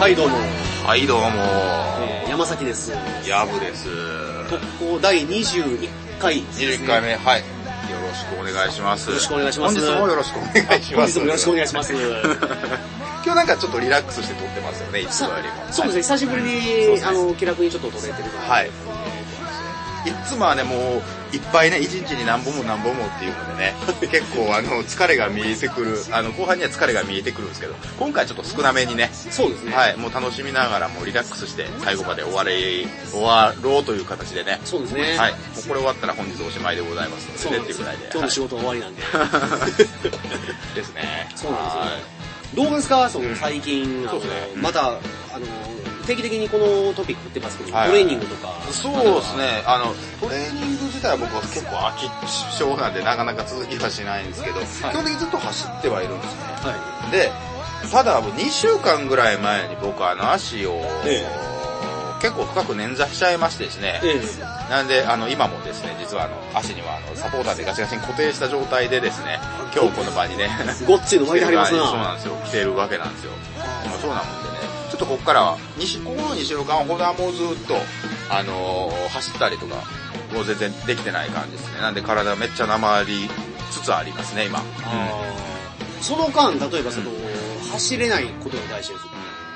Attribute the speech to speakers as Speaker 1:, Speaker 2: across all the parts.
Speaker 1: はいどうも、
Speaker 2: はい、どうも。
Speaker 1: えー、山崎です
Speaker 2: ヤブです。
Speaker 1: 特攻第21回ですね
Speaker 2: 21回目、はい。よろしくお願いします。
Speaker 1: よろしくお願いします
Speaker 2: 本日もよろしくお願いし
Speaker 1: 本
Speaker 2: ます。。
Speaker 1: 日もよろしくお願いしますす
Speaker 2: 今日なんかちょっとリラックスして撮ってますよね、いつも
Speaker 1: さ
Speaker 2: よりも。
Speaker 1: そうですね久しぶりに、
Speaker 2: そうです
Speaker 1: あの気楽にちょっと撮れてるので、
Speaker 2: はい。いつもはね、もう、いっぱいね、一日に何本も何本もっていうの でね、結構あの、疲れが見えてくる、あの、後半には疲れが見えてくるんですけど、今回ちょっと少なめにね、
Speaker 1: そうですね、
Speaker 2: はい、もう楽しみながらもうリラックスして、最後まで終われ、終わろうという形でね、
Speaker 1: そうですね、
Speaker 2: はい。もうこれ終わったら本日おしまいでございますので、
Speaker 1: そうなん
Speaker 2: ねっ
Speaker 1: で
Speaker 2: て
Speaker 1: す
Speaker 2: いうぐ
Speaker 1: よ
Speaker 2: らいで。
Speaker 1: 今日の仕事は終わりなんで、
Speaker 2: はい ですね。
Speaker 1: そうなんですよ
Speaker 2: はい
Speaker 1: どうですかその最近、あ
Speaker 2: そ
Speaker 1: の
Speaker 2: うですね
Speaker 1: またあの定期的にこのトピックってますけど、
Speaker 2: はい
Speaker 1: トレーニングとか
Speaker 2: そうですね。あの、トレーニング自体は僕は結構飽き性なんでなかなか続きはしないんですけど、基本的にずっと走ってはいるんですね。
Speaker 1: は
Speaker 2: で、ただもう2週間ぐらい前に僕あの足を、
Speaker 1: ええ
Speaker 2: 結構深く捻挫しちゃいましてですね
Speaker 1: い、。ええ
Speaker 2: なんで、あの、今もですね、実はあの、足にはあの、サポーターでガチガチに固定した状態でですね、今日この場にね、
Speaker 1: ごっちの巻いてはります
Speaker 2: そう
Speaker 1: な。
Speaker 2: なんですよ。来てるわけなんですよ。今そうなもんでね、ちょっとここからは、西、ここの2週間ほどはもうずっと、あのー走ったりとか、もう全然できてない感じですね。なんで体めっちゃなまりつつありますね、今。うん
Speaker 1: その間、例えばその、走れないことが大事です。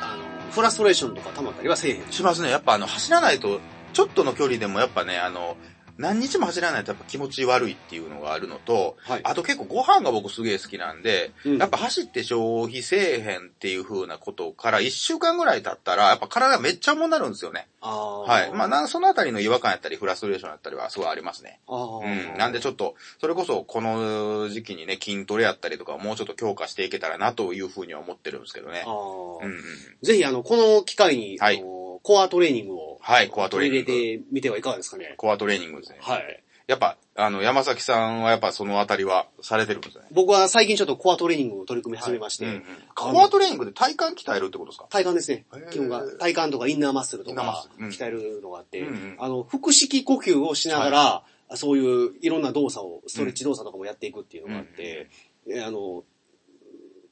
Speaker 1: あの、フラストレーションとか溜まったりはせえへん。
Speaker 2: しますね。やっぱあの、走らないと、ちょっとの距離でもやっぱね、あの、何日も走らないとやっぱ気持ち悪いっていうのがあるのと、
Speaker 1: はい
Speaker 2: あと結構ご飯が僕すげえ好きなんで、
Speaker 1: うん
Speaker 2: やっぱ走って消費せえへんっていう風なことから1週間ぐらい経ったら、やっぱ体めっちゃもになるんですよね。
Speaker 1: ああ。
Speaker 2: はい。まあ、なんそのあたりの違和感やったり、フラストレーションやったりはすごいありますね。
Speaker 1: あー
Speaker 2: うん。なんでちょっと、それこそこの時期にね、筋トレやったりとかをもうちょっと強化していけたらなという風には思ってるんですけどね
Speaker 1: あ。ー
Speaker 2: うんうん。
Speaker 1: ぜひ、あの、この機会に、
Speaker 2: はい
Speaker 1: あの、コアトレーニングを、
Speaker 2: はい、コアトレ
Speaker 1: 取
Speaker 2: ー
Speaker 1: り
Speaker 2: ニン
Speaker 1: 入
Speaker 2: グ。
Speaker 1: れてみてはいかがですかね。
Speaker 2: コアトレーニングですね。
Speaker 1: はい。
Speaker 2: やっぱ、あの、山崎さんはやっぱそのあたりはされてるんですよね。
Speaker 1: 僕は最近ちょっとコアトレーニングを取り組み始めまして、
Speaker 2: うんうん
Speaker 1: あの
Speaker 2: コアトレーニングで体幹鍛えるってことですか
Speaker 1: 体幹ですね
Speaker 2: へー。
Speaker 1: 基本が体幹とかインナーマッスルと
Speaker 2: インナーマッ
Speaker 1: か
Speaker 2: スルうん
Speaker 1: 鍛えるのがあって、
Speaker 2: うんうん
Speaker 1: あの、腹式呼吸をしながら、そういういろんな動作を、ストレッチ動作とかもやっていくっていうのがあって、えあの、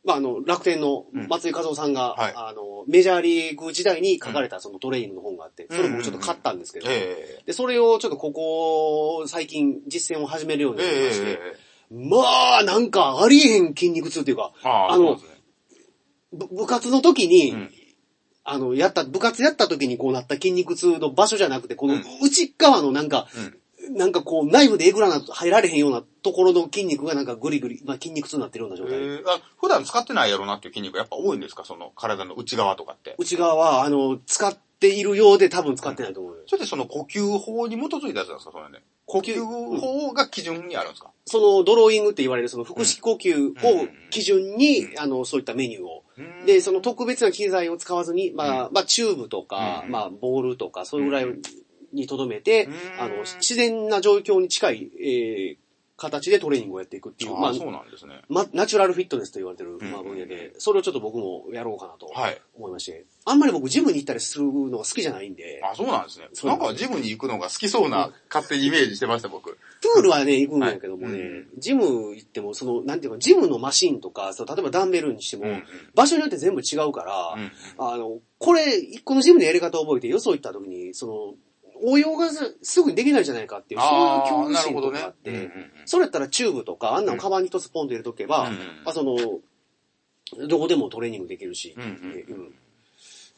Speaker 1: まあ、あの、楽天の
Speaker 2: うん
Speaker 1: 松井和夫さんが、
Speaker 2: はい
Speaker 1: あの、メジャーリーグ時代に書かれたそのトレーニングの本があって、それもちょっと買ったんですけど、
Speaker 2: え
Speaker 1: で、それをちょっとここ、最近実践を始めるよう
Speaker 2: え
Speaker 1: に
Speaker 2: え
Speaker 1: なりまして、
Speaker 2: え
Speaker 1: まあ、なんかありえへん筋肉痛っていうか、
Speaker 2: ああ、
Speaker 1: あ
Speaker 2: そう
Speaker 1: の
Speaker 2: ですね。
Speaker 1: ぶ部活の時に、
Speaker 2: うん
Speaker 1: あの、やった、部活やった時にこうなった筋肉痛の場所じゃなくて、この
Speaker 2: うん
Speaker 1: 内側のなんか、
Speaker 2: うん
Speaker 1: なんかこう、ナイフでえぐらな、入られへんようなところの筋肉がなんかグリグリ、まあ筋肉痛になってるような状
Speaker 2: え
Speaker 1: 態。
Speaker 2: えあ普段使ってないやろうなっていう筋肉やっぱ多いんですかその体の内側とかって。
Speaker 1: 内側は、あの、使っているようで多分使ってないと思うよ。
Speaker 2: それでその呼吸法に基づいたやつなんですかそれね。呼吸法が基準にあるんですか、
Speaker 1: その、ドローイングって言われるその腹式呼吸を基準に、
Speaker 2: うん
Speaker 1: あの、そういったメニューを。
Speaker 2: うん
Speaker 1: で、その特別な機材を使わずに、まあ、まあ、チューブとか、
Speaker 2: うん
Speaker 1: まあ、ボールとか、そういうぐらいにとどめて、
Speaker 2: うん
Speaker 1: あの、自然な状況に近い、えー形でトレーニングをやっていくっていう、
Speaker 2: あ
Speaker 1: まあ
Speaker 2: あ、、そうなんですね。
Speaker 1: まナチュラルフィットネスと言われてる、
Speaker 2: ん
Speaker 1: まあ、分野で、それをちょっと僕もやろうかなと
Speaker 2: はい。
Speaker 1: 思いまして、あんまり僕ジムに行ったりするのが好きじゃないんで、
Speaker 2: あ、そうなんですね。
Speaker 1: そう
Speaker 2: な
Speaker 1: なんんです
Speaker 2: かジムに行くのが好きそうな勝手にイメージしてました僕。
Speaker 1: プールはね、行くんやけどもね、
Speaker 2: はいうん
Speaker 1: ジム行っても、その、なんていうか、ジムのマシンとか、その例えばダンベルにしても、
Speaker 2: うんうん
Speaker 1: 場所によって全部違うから、
Speaker 2: うん
Speaker 1: あの、これ、このジムのやり方を覚えて、よそ行った時に、その、応用がすすぐにできないじゃないかっていう、そういう
Speaker 2: あ
Speaker 1: 恐
Speaker 2: ー
Speaker 1: 怖
Speaker 2: なる
Speaker 1: 心
Speaker 2: ほ
Speaker 1: と
Speaker 2: ど
Speaker 1: か
Speaker 2: ね
Speaker 1: あっ。て、
Speaker 2: うんうんうん
Speaker 1: それやったらチューブとか、あんなのカバンに一つポンと入れとけば、
Speaker 2: うん
Speaker 1: あその、どこでもトレーニングできるし、
Speaker 2: うんうんうん
Speaker 1: うん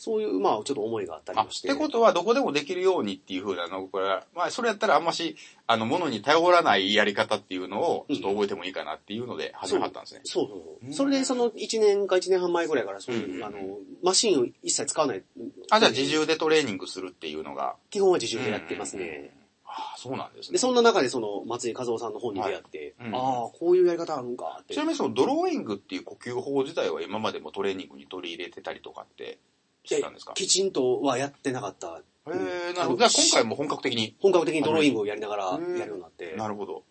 Speaker 1: そういう、まあ、ちょっと思いがあったり
Speaker 2: あ、っ
Speaker 1: もして。
Speaker 2: てことは、どこでもできるようにっていう風なの、これは、まあ、それやったらあんまし、あの、ものに頼らないやり方っていうのを、ちょっと覚えてもいいかなっていうので、始まったんですね。
Speaker 1: そうそうそう
Speaker 2: うん
Speaker 1: それでその1年か1年半前ぐらいから、そう
Speaker 2: うんう
Speaker 1: い
Speaker 2: ん
Speaker 1: う、あの、マシンを一切使わない、
Speaker 2: あ、じゃあ、自重でトレーニングするっていうのが、
Speaker 1: 基本は自重でやってますね。
Speaker 2: ああ、そうなんですね。
Speaker 1: で、そんな中でその、松井和夫さんの本に出会って、
Speaker 2: はいうん
Speaker 1: ああ、こういうやり方あるんかって
Speaker 2: ちな。みにそのドローイングっていう呼吸法自体は今までもトレーニングに取り入れてたりとかってしてたんですか
Speaker 1: きちんとはやってなかった。
Speaker 2: へ
Speaker 1: うん
Speaker 2: え、なるほど。じゃあ今回も本格的に。
Speaker 1: 本格的にドローイングをやりながらやるようになって。
Speaker 2: なるほど。。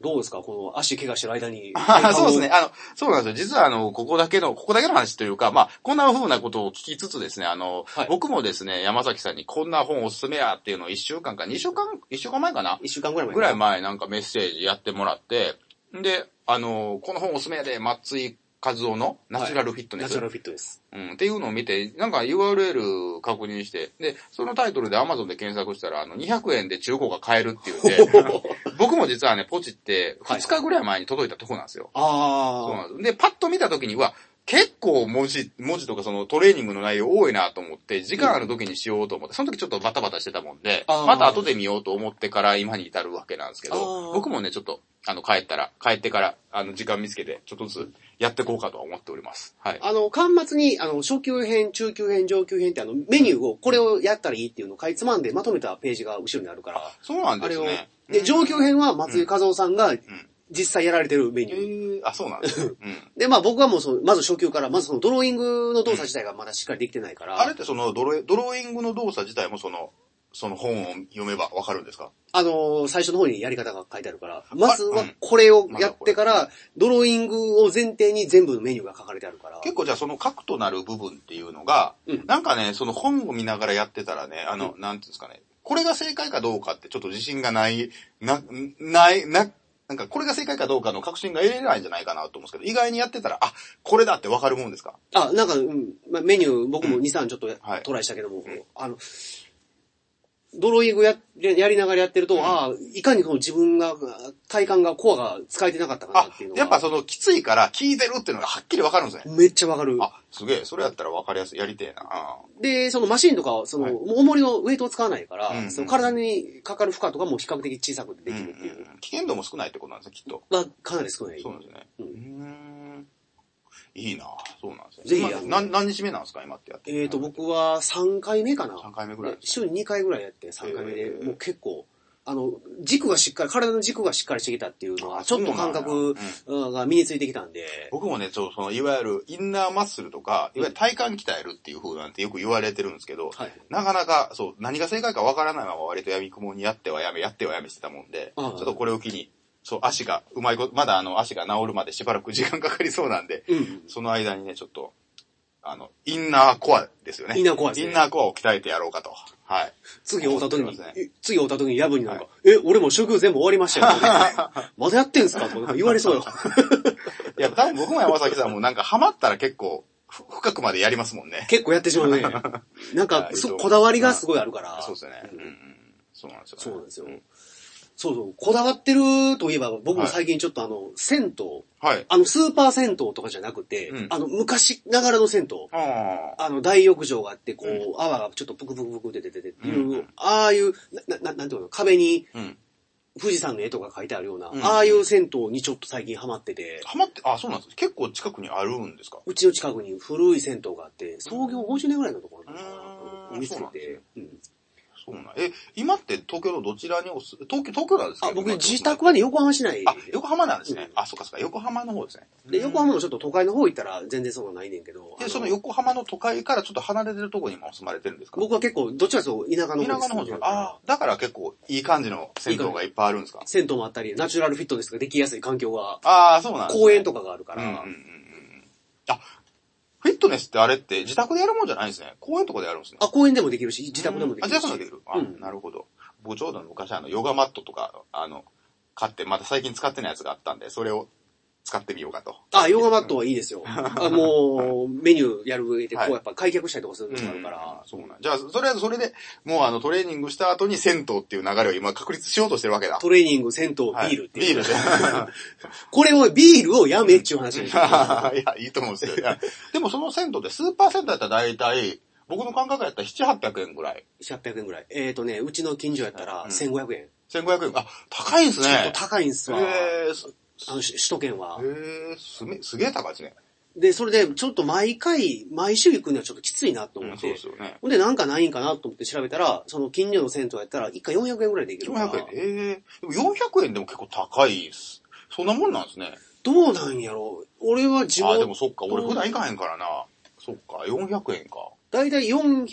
Speaker 1: どうですかこの足怪我してる間に
Speaker 2: そうですね。。あの、そうなんですよ。実はあの、ここだけの、ここだけの話というか、まあ、こんな風なことを聞きつつですね、あの、
Speaker 1: はい
Speaker 2: 僕もですね、山崎さんにこんな本おすすめやっていうのを1週間か2週間、1週間前かな
Speaker 1: 一週間ぐらい前
Speaker 2: ぐらい前なんかメッセージやってもらって、で、あの、この本おすすめやで、松井カズオのナチュラルフィットネ
Speaker 1: ナ
Speaker 2: ス。
Speaker 1: チュラルフィットです。
Speaker 2: うん、っていうのを見て、なんか URL 確認して、で、そのタイトルで Amazon で検索したら、あの、200円で中古が買えるって言 って、僕も実はね、ポチって2日ぐらい前に届いたとこなんですよ。そう
Speaker 1: あ
Speaker 2: なんです。で、パッと見た時には、結構文字、文字とかそのトレーニングの内容多いなと思って、時間ある時にしようと思って、その時ちょっとバタバタしてたもんで、
Speaker 1: あー
Speaker 2: また後で見ようと思ってから今に至るわけなんですけ
Speaker 1: あ
Speaker 2: ど、
Speaker 1: ー
Speaker 2: 僕もね、ちょっと、あの、帰ったら、帰ってから、あの、時間見つけて、ちょっとずつやっていこうかとは思っております。はい
Speaker 1: あ。。あの、端末に、あの、初級編、中級編、上級編ってあの、メニューを、これをやったらいいっていうのをかいつまんでまとめたページが後ろにあるから、
Speaker 2: そうな
Speaker 1: あ
Speaker 2: んで
Speaker 1: れ
Speaker 2: す
Speaker 1: を
Speaker 2: ね。、う
Speaker 1: で、
Speaker 2: ん
Speaker 1: 上級編は松井和夫さんが実際やられてるメニュー。
Speaker 2: えー、あ、そうな んですね。うん。
Speaker 1: で、まあ僕はもうその、まず初級から、まずそのドローイングの動作自体がまだしっかりできてないから、
Speaker 2: あれってそのドロ、ドローイングの動作自体もその、その本を読めばわかるんですか
Speaker 1: あのー最初の方にやり方が書いてあるから、まず
Speaker 2: う
Speaker 1: は
Speaker 2: ん
Speaker 1: これをやってか
Speaker 2: ま
Speaker 1: ら、ドローイングを前提に全部のメニューが書かれてあるから、
Speaker 2: 結構じゃあその核となる部分っていうのが、
Speaker 1: うん
Speaker 2: なんかね、その本を見ながらやってたらね、あの、なんていうんですかね、これが正解かどうかってちょっと自信がない、な、ない、な、なんかこれが正解かどうかの確信が得れないんじゃないかなと思うんですけど、意外にやってたら、あ、これだってわかるもんですか
Speaker 1: あ、なんか、うんまあ、メニュー僕も
Speaker 2: うん
Speaker 1: 2、3ちょっとや
Speaker 2: はい
Speaker 1: トライしたけども、あの、ドローイングややりながらやってると、ああ、いかにこの自分が、体幹が、コアが使えてなかったかな
Speaker 2: あ
Speaker 1: っていうの、が、
Speaker 2: やっぱそのきついから聞いてるっていうのがはっきりわかるんですね。
Speaker 1: めっちゃわかる。
Speaker 2: あ、すげえ、それやったらわかりやすい。やりてえな。あー
Speaker 1: で、そのマシンとかは、その、
Speaker 2: はい
Speaker 1: もう重りのウェイトを使わないから、
Speaker 2: うんうん
Speaker 1: その体にかかる負荷とかも比較的小さくできるっていう。
Speaker 2: んんん危険度も少ないってことなんですね、きっと。
Speaker 1: まあ、かなり少ない。
Speaker 2: そうなんですね。う
Speaker 1: うん
Speaker 2: ん。いいなぁそうなんですね。
Speaker 1: ぜひ
Speaker 2: 今
Speaker 1: やって
Speaker 2: 何、何日目なんですか今ってやって。
Speaker 1: えっ、と、僕は3回目かな。
Speaker 2: 3回目ぐらいです。
Speaker 1: 週に2回ぐらいやって、3回目で、
Speaker 2: えー
Speaker 1: もう結構、あの、軸がしっかり、体の軸がしっかりしてきたっていうのは、
Speaker 2: あ
Speaker 1: ちょっと
Speaker 2: そうなん
Speaker 1: 感
Speaker 2: や
Speaker 1: 覚うんが身についてきたんで、
Speaker 2: 僕もね、そう、その、いわゆるインナーマッスルとか、いわゆる体幹鍛えるっていう風なんてよく言われてるんですけど、
Speaker 1: はい。
Speaker 2: なかなか、そう、何が正解かわからないまま割と闇雲にやってはやめ、やってはやめしてたもんで、
Speaker 1: うん
Speaker 2: ちょっとこれを機に、そう、足が、うまいこと、まだあの、足が治るまでしばらく時間かかりそうなんで、
Speaker 1: うん。
Speaker 2: その間にね、ちょっと、あの、インナーコアですよね。
Speaker 1: インナーコアですね
Speaker 2: インナーコアを鍛えてやろうかと。はい。
Speaker 1: 次会った時
Speaker 2: 思っ
Speaker 1: に
Speaker 2: てます、
Speaker 1: 次会った時にやぶになんか、え、俺も職全部終わりましたよ、 まだやってんすかとか言われそうよ。
Speaker 2: いや、多分僕も山崎さんもなんかハマったら結構、ふ深くまでやりますもんね。
Speaker 1: 結構やってしまう ね。なんか、
Speaker 2: はい
Speaker 1: そう、こだわりがすごいあるから。
Speaker 2: そうですよね。うん
Speaker 1: う
Speaker 2: うん
Speaker 1: ん。
Speaker 2: そうなんですよ、ね。
Speaker 1: そうなんですよ
Speaker 2: ん。
Speaker 1: そうそう、こだわってるといえば、僕も最近ちょっとあの、銭湯、
Speaker 2: はい。
Speaker 1: あの、スーパー銭湯とかじゃなくて、
Speaker 2: うん
Speaker 1: あの、昔ながらの銭湯。
Speaker 2: ああ。
Speaker 1: あの、大浴場があって、こう、
Speaker 2: う
Speaker 1: 泡がちょっとプクプクプクって出ててっていう、
Speaker 2: うんうん
Speaker 1: ああいう、な、な、なんていうの、壁に
Speaker 2: うん。
Speaker 1: 富士山の絵とか書いてあるような、
Speaker 2: うん
Speaker 1: ああいう銭湯にちょっと最近ハマってて、
Speaker 2: ハマって、あ、そうなんです。結構近くにあるんですか
Speaker 1: うちの近くに古い銭湯があって、創業50年ぐらいのところなのか
Speaker 2: う
Speaker 1: な、
Speaker 2: ん
Speaker 1: 見つけ
Speaker 2: そうなんですね
Speaker 1: て、うん
Speaker 2: そうなん。え、今って東京のどちらにおす、東京、東京なんですか
Speaker 1: あ、僕、自宅はね、横浜市内
Speaker 2: あ、横浜なんですね。
Speaker 1: うん
Speaker 2: あ、そっかそっか。横浜の方ですね。
Speaker 1: で、横浜のちょっと都会の方行ったら全然そんなのないねんけど、あ
Speaker 2: で、その横浜の都会からちょっと離れてるところに今お住まれてるんですか
Speaker 1: 僕は結構、どっちかというと田舎の
Speaker 2: 田
Speaker 1: 方
Speaker 2: 舎の方です
Speaker 1: 住ん
Speaker 2: か
Speaker 1: でるから
Speaker 2: ああ、だから結構いい感じの銭湯がいっぱいあるんですか
Speaker 1: 銭湯もあったり、ナチュラルフィットネスができやすい環境が、
Speaker 2: ああ、そうなんです、
Speaker 1: 公園と
Speaker 2: か
Speaker 1: かがあるか
Speaker 2: うんうんうん
Speaker 1: ら
Speaker 2: う、ん。あ、フィットネスってあれって自宅でやるもんじゃないんですね。公園とかでやるんですね。
Speaker 1: あ、公園でもできるし、自宅でもできるし。
Speaker 2: あ、自宅でもできる。あ、
Speaker 1: うん
Speaker 2: なるほど。僕ちょうど昔あの、ヨガマットとか、あの、買って、また最近使ってないやつがあったんで、それを使ってみようかと。
Speaker 1: あ、ヨガマットはいい ですよ。あもう、メニューやる上で、こう、やっぱ開脚したりとかするのもあるから。
Speaker 2: そうなん。じゃあ、とりあえずそれで、もうあの、トレーニングした後に銭湯っていう流れを今確立しようとしてるわけだ。
Speaker 1: トレーニング、銭湯、ビ
Speaker 2: はい
Speaker 1: ールっていう。
Speaker 2: ビールで。
Speaker 1: これを、ビールをやめっちゅう話ですよ。
Speaker 2: いや、いいと思うんですよ。いやでもその銭湯でスーパー銭湯だったら大体、僕の感覚やったら7、800円ぐらい。
Speaker 1: 800円ぐらい。えっ、ー、とね、うちの近所やったら
Speaker 2: うん
Speaker 1: 1500円。
Speaker 2: 1500円。あ、高いんです
Speaker 1: ちょっ
Speaker 2: ね
Speaker 1: と。高いんすわ。
Speaker 2: えー、す
Speaker 1: あの、し首都圏は
Speaker 2: え。ー、すめ、すげえ高いですね。
Speaker 1: で、それで、ちょっと毎回、毎週行くにはちょっときついなと思
Speaker 2: うん
Speaker 1: っ
Speaker 2: そう
Speaker 1: て
Speaker 2: で。すよね。
Speaker 1: ほんで、なんかないんかなと思って調べたら、その近所の銭湯やったら、1回400円ぐらいで行けるから。
Speaker 2: 400円。ええー。でも400円でも結構高いっす。そんなもんなんですね。
Speaker 1: どうなんやろ俺は自
Speaker 2: あ、
Speaker 1: 分
Speaker 2: でもそっか、俺普段行かへんからな。そっか、400円か。
Speaker 1: だいたい400、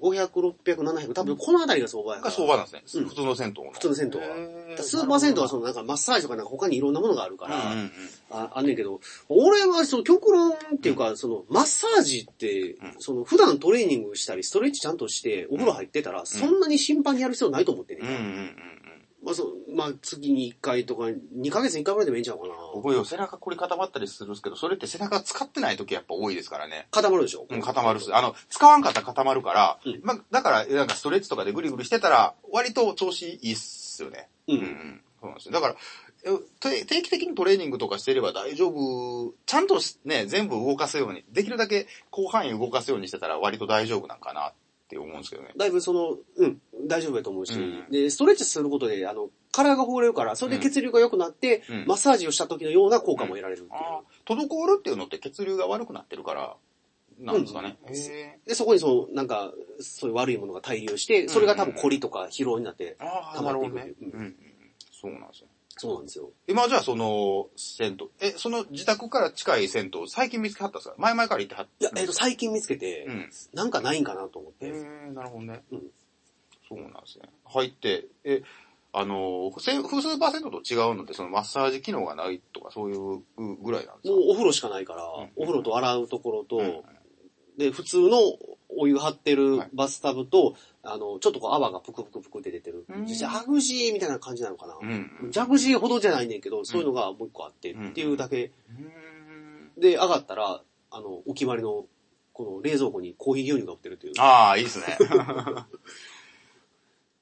Speaker 1: 500、600、700、多分この辺りが相場やから。
Speaker 2: が相場なんですね。
Speaker 1: うん
Speaker 2: 普通の銭湯の。
Speaker 1: 普通の銭湯は
Speaker 2: へ
Speaker 1: スーパー銭湯は
Speaker 2: そ
Speaker 1: そのなんかマッサージとかなんか他にいろんなものがあるか、
Speaker 2: うからうんうんうん。
Speaker 1: ああんねんけど、俺はその極論っていうか、そのマッサージって、その普段トレーニングしたりストレッチちゃんとしてお風呂入ってたら、そんなに頻繁にやる必要ないと思ってね、
Speaker 2: うんうんうん
Speaker 1: まあそう、まあ月に1回とか、2ヶ月に1回ぐらいでもいいんちゃうかな。
Speaker 2: 僕よ、背中凝り固まったりするんですけど、それって背中使ってない時やっぱ多いですからね。
Speaker 1: 固まるでしょ
Speaker 2: うん、固まるっす。あの、使わんかったら固まるから、
Speaker 1: うん
Speaker 2: まあ、だから、なんかストレッチとかでぐりぐりしてたら、割と調子いいっすよね。
Speaker 1: うん
Speaker 2: そうなんですよ。だから、えて定期的にトレーニングとかしてれば大丈夫、ちゃんとしね、全部動かすように、できるだけ広範囲動かすようにしてたら割と大丈夫なんかなって思うんですけどね。
Speaker 1: だいぶその、うん、大丈夫だと思うし、
Speaker 2: うん
Speaker 1: で、ストレッチすることで、あの、体がほぐれるから、それで血流が良くなって、
Speaker 2: うん
Speaker 1: マッサージをした時のような効果も得られるっていう。
Speaker 2: ああ、滞るっていうのって血流が悪くなってるから、なんですかね。
Speaker 1: うん
Speaker 2: へ
Speaker 1: で、そこにその、なんか、そういう悪いものが滞留して、それが多分コリとか疲労になって、
Speaker 2: え。ああ、
Speaker 1: 溜
Speaker 2: な
Speaker 1: ま
Speaker 2: る
Speaker 1: って
Speaker 2: ほ
Speaker 1: い
Speaker 2: ど
Speaker 1: く
Speaker 2: ね。うん、うん。そうなんですよ。
Speaker 1: そうなんですよ。
Speaker 2: 今じゃあその、銭湯、え、その自宅から近い銭湯、最近見つけはったんですか前々から行ってはっ
Speaker 1: いや
Speaker 2: た、
Speaker 1: えっ、と、最近見つけて、
Speaker 2: うん。
Speaker 1: なんかないんかなと思っ
Speaker 2: へ
Speaker 1: て。
Speaker 2: ー、なるほどね。
Speaker 1: うん
Speaker 2: そうなんですね。入って、え、あの、ふせ普通パーセントと違うのって、そのマッサージ機能がないとか、そういうぐらいなんです
Speaker 1: も
Speaker 2: か
Speaker 1: うお風呂しかないから、
Speaker 2: うん
Speaker 1: お風呂と洗うところと、
Speaker 2: うん
Speaker 1: で、普通のお湯張ってるバスタブと、あの、ちょっとこう泡がぷくぷくぷくって出てる
Speaker 2: うん。
Speaker 1: ジャグジーみたいな感じなのかな。
Speaker 2: うん。
Speaker 1: ジャグジーほどじゃないねんけど、そういうのがもう一個あって、
Speaker 2: うん
Speaker 1: っていうだけ。
Speaker 2: うん
Speaker 1: で、上がったら、あの、お決まりの、この冷蔵庫にコーヒー牛乳が売ってるという。
Speaker 2: ああ、いいですね。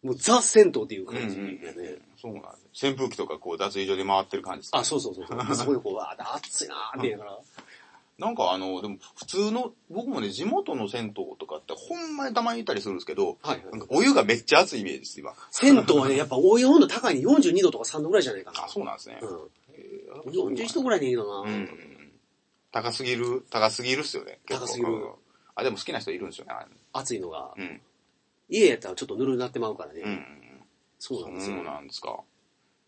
Speaker 1: もうザ銭湯っていう
Speaker 2: うんう
Speaker 1: 感じだね。
Speaker 2: んそうなんです。扇風機とかこう脱衣所で回ってる感じですか
Speaker 1: あ、そうそうそうそう。そこでこう、わー熱いなーって言いながら。
Speaker 2: なんかあの、でも普通の、僕もね、地元の銭湯とかってほんまにたまにいたりするんですけど、
Speaker 1: はい
Speaker 2: なん
Speaker 1: は
Speaker 2: か
Speaker 1: い。
Speaker 2: お湯がめっちゃ熱いイメージです、今。
Speaker 1: 銭湯はね、やっぱお湯の温度高いに42度とか3度ぐらいじゃないかな
Speaker 2: あ、。そうなんですね。
Speaker 1: うん。
Speaker 2: え
Speaker 1: 41度ぐらいでいいの
Speaker 2: う
Speaker 1: か
Speaker 2: んう
Speaker 1: な。
Speaker 2: ん。高すぎる、高すぎるっすよね。結構
Speaker 1: 高すぎる
Speaker 2: うんあ、でも好きな人いるんですよね。あれ
Speaker 1: 暑いのが。
Speaker 2: うん。
Speaker 1: 家やったらちょっとぬるになってまうからね。
Speaker 2: うん。
Speaker 1: そう
Speaker 2: そ
Speaker 1: なんですよ
Speaker 2: う。なんですか。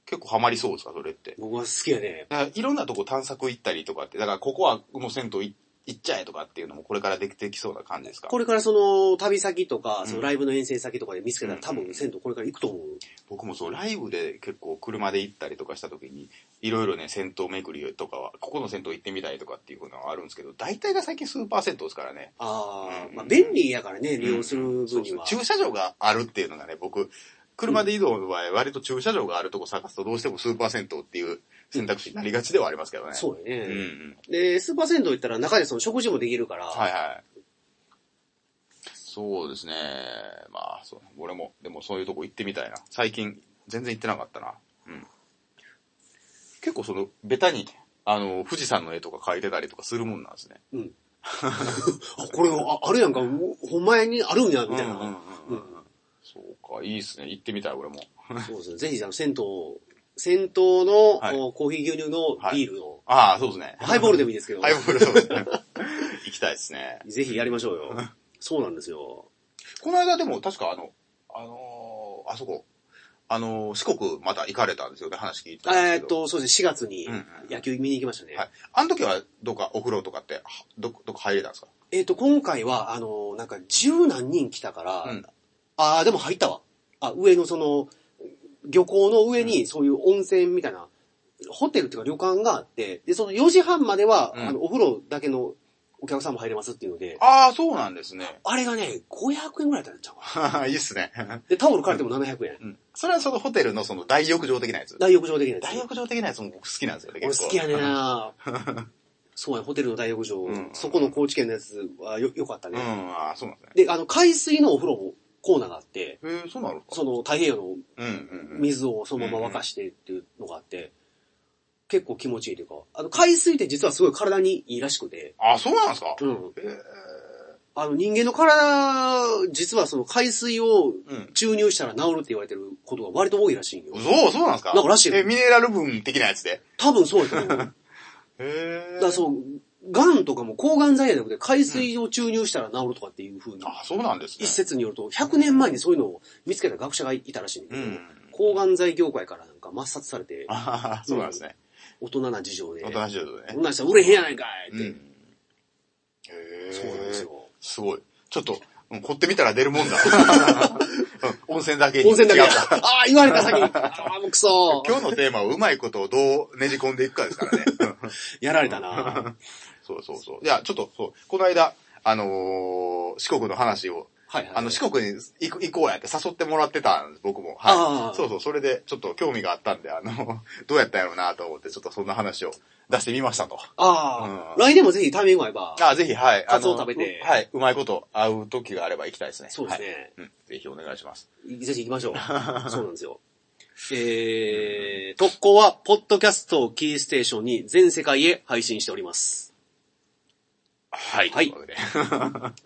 Speaker 2: 結構ハマりそうですか、それって。
Speaker 1: 僕は好きやね。
Speaker 2: だからいろんなとこ探索行ったりとかって、だからここはもう銭湯い行っちゃえとかっていうのもこれからできてきそうな感じですか
Speaker 1: これからその旅先とか
Speaker 2: う、ん
Speaker 1: そのライブの遠征先とかで見つけた
Speaker 2: う
Speaker 1: ら
Speaker 2: ん
Speaker 1: 多分銭湯これから行くと思う。
Speaker 2: 僕もそう、ライブで結構車で行ったりとかした時に、いろいろね、銭湯巡りとかは、ここの銭湯行ってみたいとかっていうのはあるんですけど、大体が最近スーパー銭湯ですからね。
Speaker 1: ああ、
Speaker 2: うん
Speaker 1: まあ便利やからね、利用する分
Speaker 2: そう
Speaker 1: に
Speaker 2: そう
Speaker 1: は。
Speaker 2: 駐車場があるっていうのがね、僕、車で移動の場合、割と駐車場があるとこ探すとどうしてもスーパー銭湯っていう選択肢になりがちではありますけどね。
Speaker 1: そうや
Speaker 2: ううんう
Speaker 1: ね。
Speaker 2: ん。
Speaker 1: で、スーパー銭湯行ったら中でその食事もできるから、
Speaker 2: はいはい。そうですね。まあ、そう。俺も、でもそういうとこ行ってみたいな。最近、全然行ってなかったな。うん。結構その、ベタに、あの、富士山の絵とか描いてたりとかするもんなんですね。
Speaker 1: うん。あ、これああるやんか、もうほんまやにあるんや、みたい
Speaker 2: うんうん
Speaker 1: な。
Speaker 2: うんうんそうか、いいっすね。行ってみたい、俺も。
Speaker 1: そうですね。ぜひ、じゃあ、銭湯、銭湯の、
Speaker 2: はい
Speaker 1: おコーヒー牛乳のビールの、
Speaker 2: ああ、そうですね。
Speaker 1: ハイボールでもいいですけど、
Speaker 2: ハイボールそうですね。行きたいですね。
Speaker 1: ぜひやりましょうよ。そうなんですよ。
Speaker 2: この間でも、確かあの、あのーあそこ、あのー四国また行かれたんですよね、話聞いてたんです
Speaker 1: え
Speaker 2: け
Speaker 1: ーっ
Speaker 2: ど。
Speaker 1: と、そうですね、4月に
Speaker 2: うんうん
Speaker 1: 野球見に行きましたね。
Speaker 2: はい。あの時は、どっかお風呂とかって、はどっ、どっか入れたんですか
Speaker 1: えーっと、今回は、あの、なんか十何人来たから、
Speaker 2: うん
Speaker 1: ああ、でも入ったわ。あ、上のその、漁港の上にそういう温泉みたいな、ホテルっていうか旅館があって、で、その4時半までは、
Speaker 2: うん
Speaker 1: あの、お風呂だけのお客さんも入れますっていうので、
Speaker 2: ああ、そうなんですね。
Speaker 1: あれがね、500円ぐらいだったんちゃうかない
Speaker 2: いっすね。
Speaker 1: で、タオル借りても700円。
Speaker 2: うん。それはそのホテルのその大浴場的なやつ。
Speaker 1: 大浴場できない
Speaker 2: 大浴場的なやつも僕好きなんですよね、
Speaker 1: 俺
Speaker 2: 結構。
Speaker 1: 好きやねんなそうや、ホテルの大浴場、
Speaker 2: うん
Speaker 1: そこの高知県のやつはよ、よかった
Speaker 2: うん、
Speaker 1: ね、
Speaker 2: ああ、そうなんですね。
Speaker 1: で、あの、海水のお風呂もコーナーがあって、
Speaker 2: へえ、そうなのか。
Speaker 1: その太平洋の
Speaker 2: うん、うん、うん。
Speaker 1: 水をそのまま沸かしてっていうのがあって、結構気持ちいいというか、あの、海水って実はすごい体にいいらしくて、
Speaker 2: ああ、そうなんですか
Speaker 1: うん。
Speaker 2: へえ、
Speaker 1: あの、人間の体、実はその海水を
Speaker 2: うん。
Speaker 1: 注入したら治るって言われてることが割と多いらしいんよ。
Speaker 2: そう、そうなんですか
Speaker 1: なんからしいよ
Speaker 2: え、ミネラル分的なやつで。
Speaker 1: 多分そうやと 思う。だか
Speaker 2: へえ。
Speaker 1: らそう、癌とかも抗がん剤じゃなくて、海水を注入したら治るとかっていう風に
Speaker 2: ああ、そうなんですね。
Speaker 1: 一説によると、100年前にそういうのを見つけた学者がいたらしいんだけ
Speaker 2: う
Speaker 1: ど、
Speaker 2: ん。
Speaker 1: 抗がん剤業界からなんか抹殺されて、
Speaker 2: ああ、そうなんですね。
Speaker 1: 大人な事情で、
Speaker 2: おとなしいです
Speaker 1: こ
Speaker 2: ね。
Speaker 1: んなんしたら売れへんやないかいっ
Speaker 2: う
Speaker 1: て。
Speaker 2: ん。へえ。
Speaker 1: そうなんですよ。
Speaker 2: すごい。ちょっと、うん掘ってみたら出る もんだ。うん温泉だけに。
Speaker 1: 温泉だけ
Speaker 2: 違
Speaker 1: や
Speaker 2: う
Speaker 1: ああ、言われた 先に。ああ、もうクソ
Speaker 2: 今日のテーマはうまいことをどうねじ込んでいくかで すからね。うん
Speaker 1: やられた な。
Speaker 2: そうそうそう。いや、ちょっと、そう、この間、あのー四国の話を
Speaker 1: はいはい。
Speaker 2: あの、四国に行く行こうやって誘ってもらってたんです、僕も。
Speaker 1: あ
Speaker 2: は
Speaker 1: あ
Speaker 2: い。そうそう、それでちょっと興味があったんで、あの、どうやったんやろうなと思って、ちょっとそんな話を出してみましたと。
Speaker 1: ああ、
Speaker 2: うん
Speaker 1: 来年もぜひタイミング合えば。
Speaker 2: あ、ぜひ、はい。あの
Speaker 1: カツオ食べて
Speaker 2: うはい。うまいこと会う時があれば行きたいですね。
Speaker 1: そうです
Speaker 2: はい。
Speaker 1: ね。
Speaker 2: うん。ぜひお願いします。
Speaker 1: ぜひ行きましょう。 そうなんですよ。えー、特攻は、ポッドキャストをキーステーションに全世界へ配信しております。
Speaker 2: はい。
Speaker 1: はい
Speaker 2: とうことで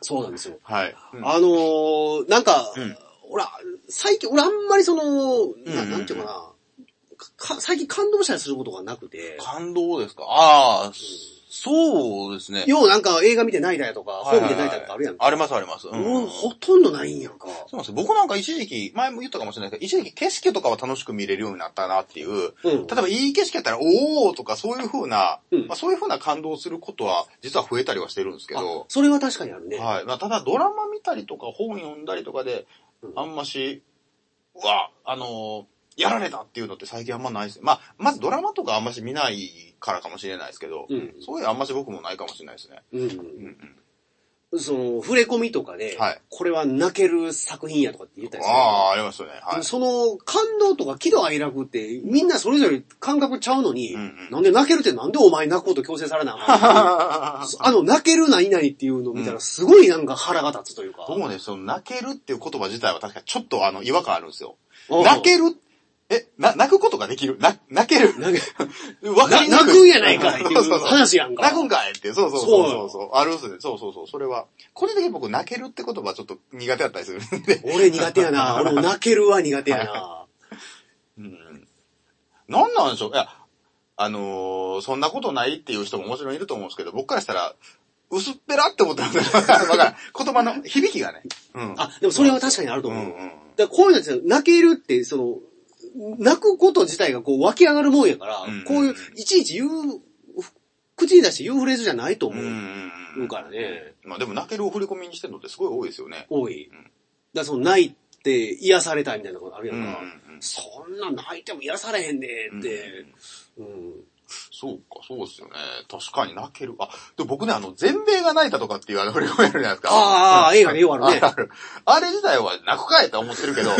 Speaker 1: そうなんですよ。
Speaker 2: はい。うん
Speaker 1: あのー、なんか、
Speaker 2: うん
Speaker 1: 俺、最近、俺あんまりその、な
Speaker 2: うん
Speaker 1: なんていうかな、か最近感動したりすることがなくて、
Speaker 2: 感動ですかああ、そうですね。
Speaker 1: ようなんか映画見て泣いたやとか、
Speaker 2: はい
Speaker 1: 本
Speaker 2: はい
Speaker 1: 見
Speaker 2: はい
Speaker 1: て泣いたとかあるやんか。
Speaker 2: ありますあります。うん
Speaker 1: もうほとんどないんやんか。
Speaker 2: そうなんですよ僕なんか一時期、前も言ったかもしれないですけど、一時期景色とかは楽しく見れるようになったなっていう、
Speaker 1: うん。
Speaker 2: 例えばいい景色やったら、おーとかそういう風な、
Speaker 1: うん
Speaker 2: まあそういう風な感動することは実は増えたりはしてるんですけ
Speaker 1: あ
Speaker 2: ど、
Speaker 1: それは確かにあるね。
Speaker 2: はい。まあただドラマ見たりとか本読んだりとかで
Speaker 1: うん、
Speaker 2: あんまし、うわ、あのーやられたっていうのって最近あんまないですね。まあ、まずドラマとかあんまし見ないからかもしれないですけど、
Speaker 1: うん
Speaker 2: そういうあんまし僕もないかもしれないですね。
Speaker 1: うん
Speaker 2: う。んうん
Speaker 1: その、触れ込みとかで、
Speaker 2: はい
Speaker 1: これは泣ける作品やとかって言ったりするやん
Speaker 2: ああ、ありましたね。はい。
Speaker 1: その、感動とか喜怒哀楽って、みんなそれぞれ感覚ちゃうのに、
Speaker 2: うんうん
Speaker 1: なんで泣けるってなんでお前泣くこと強制されなあ かんのあの、泣けるないないっていうのを見た
Speaker 2: う
Speaker 1: ら、すごいなんか腹が立つというか。
Speaker 2: 僕もね、その泣けるっていう言葉自体は確かにちょっとあの違和感あるんですよ。
Speaker 1: うん
Speaker 2: 泣けるえ、な、泣くことができるな、泣ける
Speaker 1: 泣け
Speaker 2: わかりに
Speaker 1: 泣
Speaker 2: くい
Speaker 1: くんやないかいってい
Speaker 2: そうそううそう
Speaker 1: 話やんか。
Speaker 2: 泣くんかいって、そうそうそ
Speaker 1: そ
Speaker 2: うそううそう、あるんすね。そうそうそう、それは。個人的に僕泣けるって言葉ちょっと苦手だったりするんで。
Speaker 1: 俺苦手や な。俺も泣けるは苦手やな。
Speaker 2: うん。なんなんでしょういや、あのー、そんなことないっていう人ももちろんいると思うんですけど、僕からしたら、薄っぺらって思ってますわかるわかる言葉の響きがね。うん。
Speaker 1: あ、でもそれは確かにあると
Speaker 2: うんう
Speaker 1: 思う。だか
Speaker 2: ん。
Speaker 1: らこういうのって、泣けるって、その、泣くこと自体がこう湧き上がるもんやから、
Speaker 2: うんうん
Speaker 1: こういう、いちいち言う、口に出して言うフレーズじゃないと
Speaker 2: うん
Speaker 1: 思う。
Speaker 2: うんう。
Speaker 1: 言うんからね、
Speaker 2: まあでも泣けるを振り込みにしてるのってすごい多いですよね。
Speaker 1: 多い。
Speaker 2: う
Speaker 1: だ
Speaker 2: ん
Speaker 1: からその、泣いて癒されたいみたいなことあるや
Speaker 2: うんんうんう
Speaker 1: か。
Speaker 2: ん。
Speaker 1: そんな泣いても癒されへんでって。うん。
Speaker 2: そうか、そうですよね。確かに泣ける。あ、でも僕ね、あの、全米が泣いたとかっていうあの、振り込めるじゃないですか。
Speaker 1: ああ、映画でようあるね。
Speaker 2: あるあれ自体は泣くかいとは思ってる けど、あ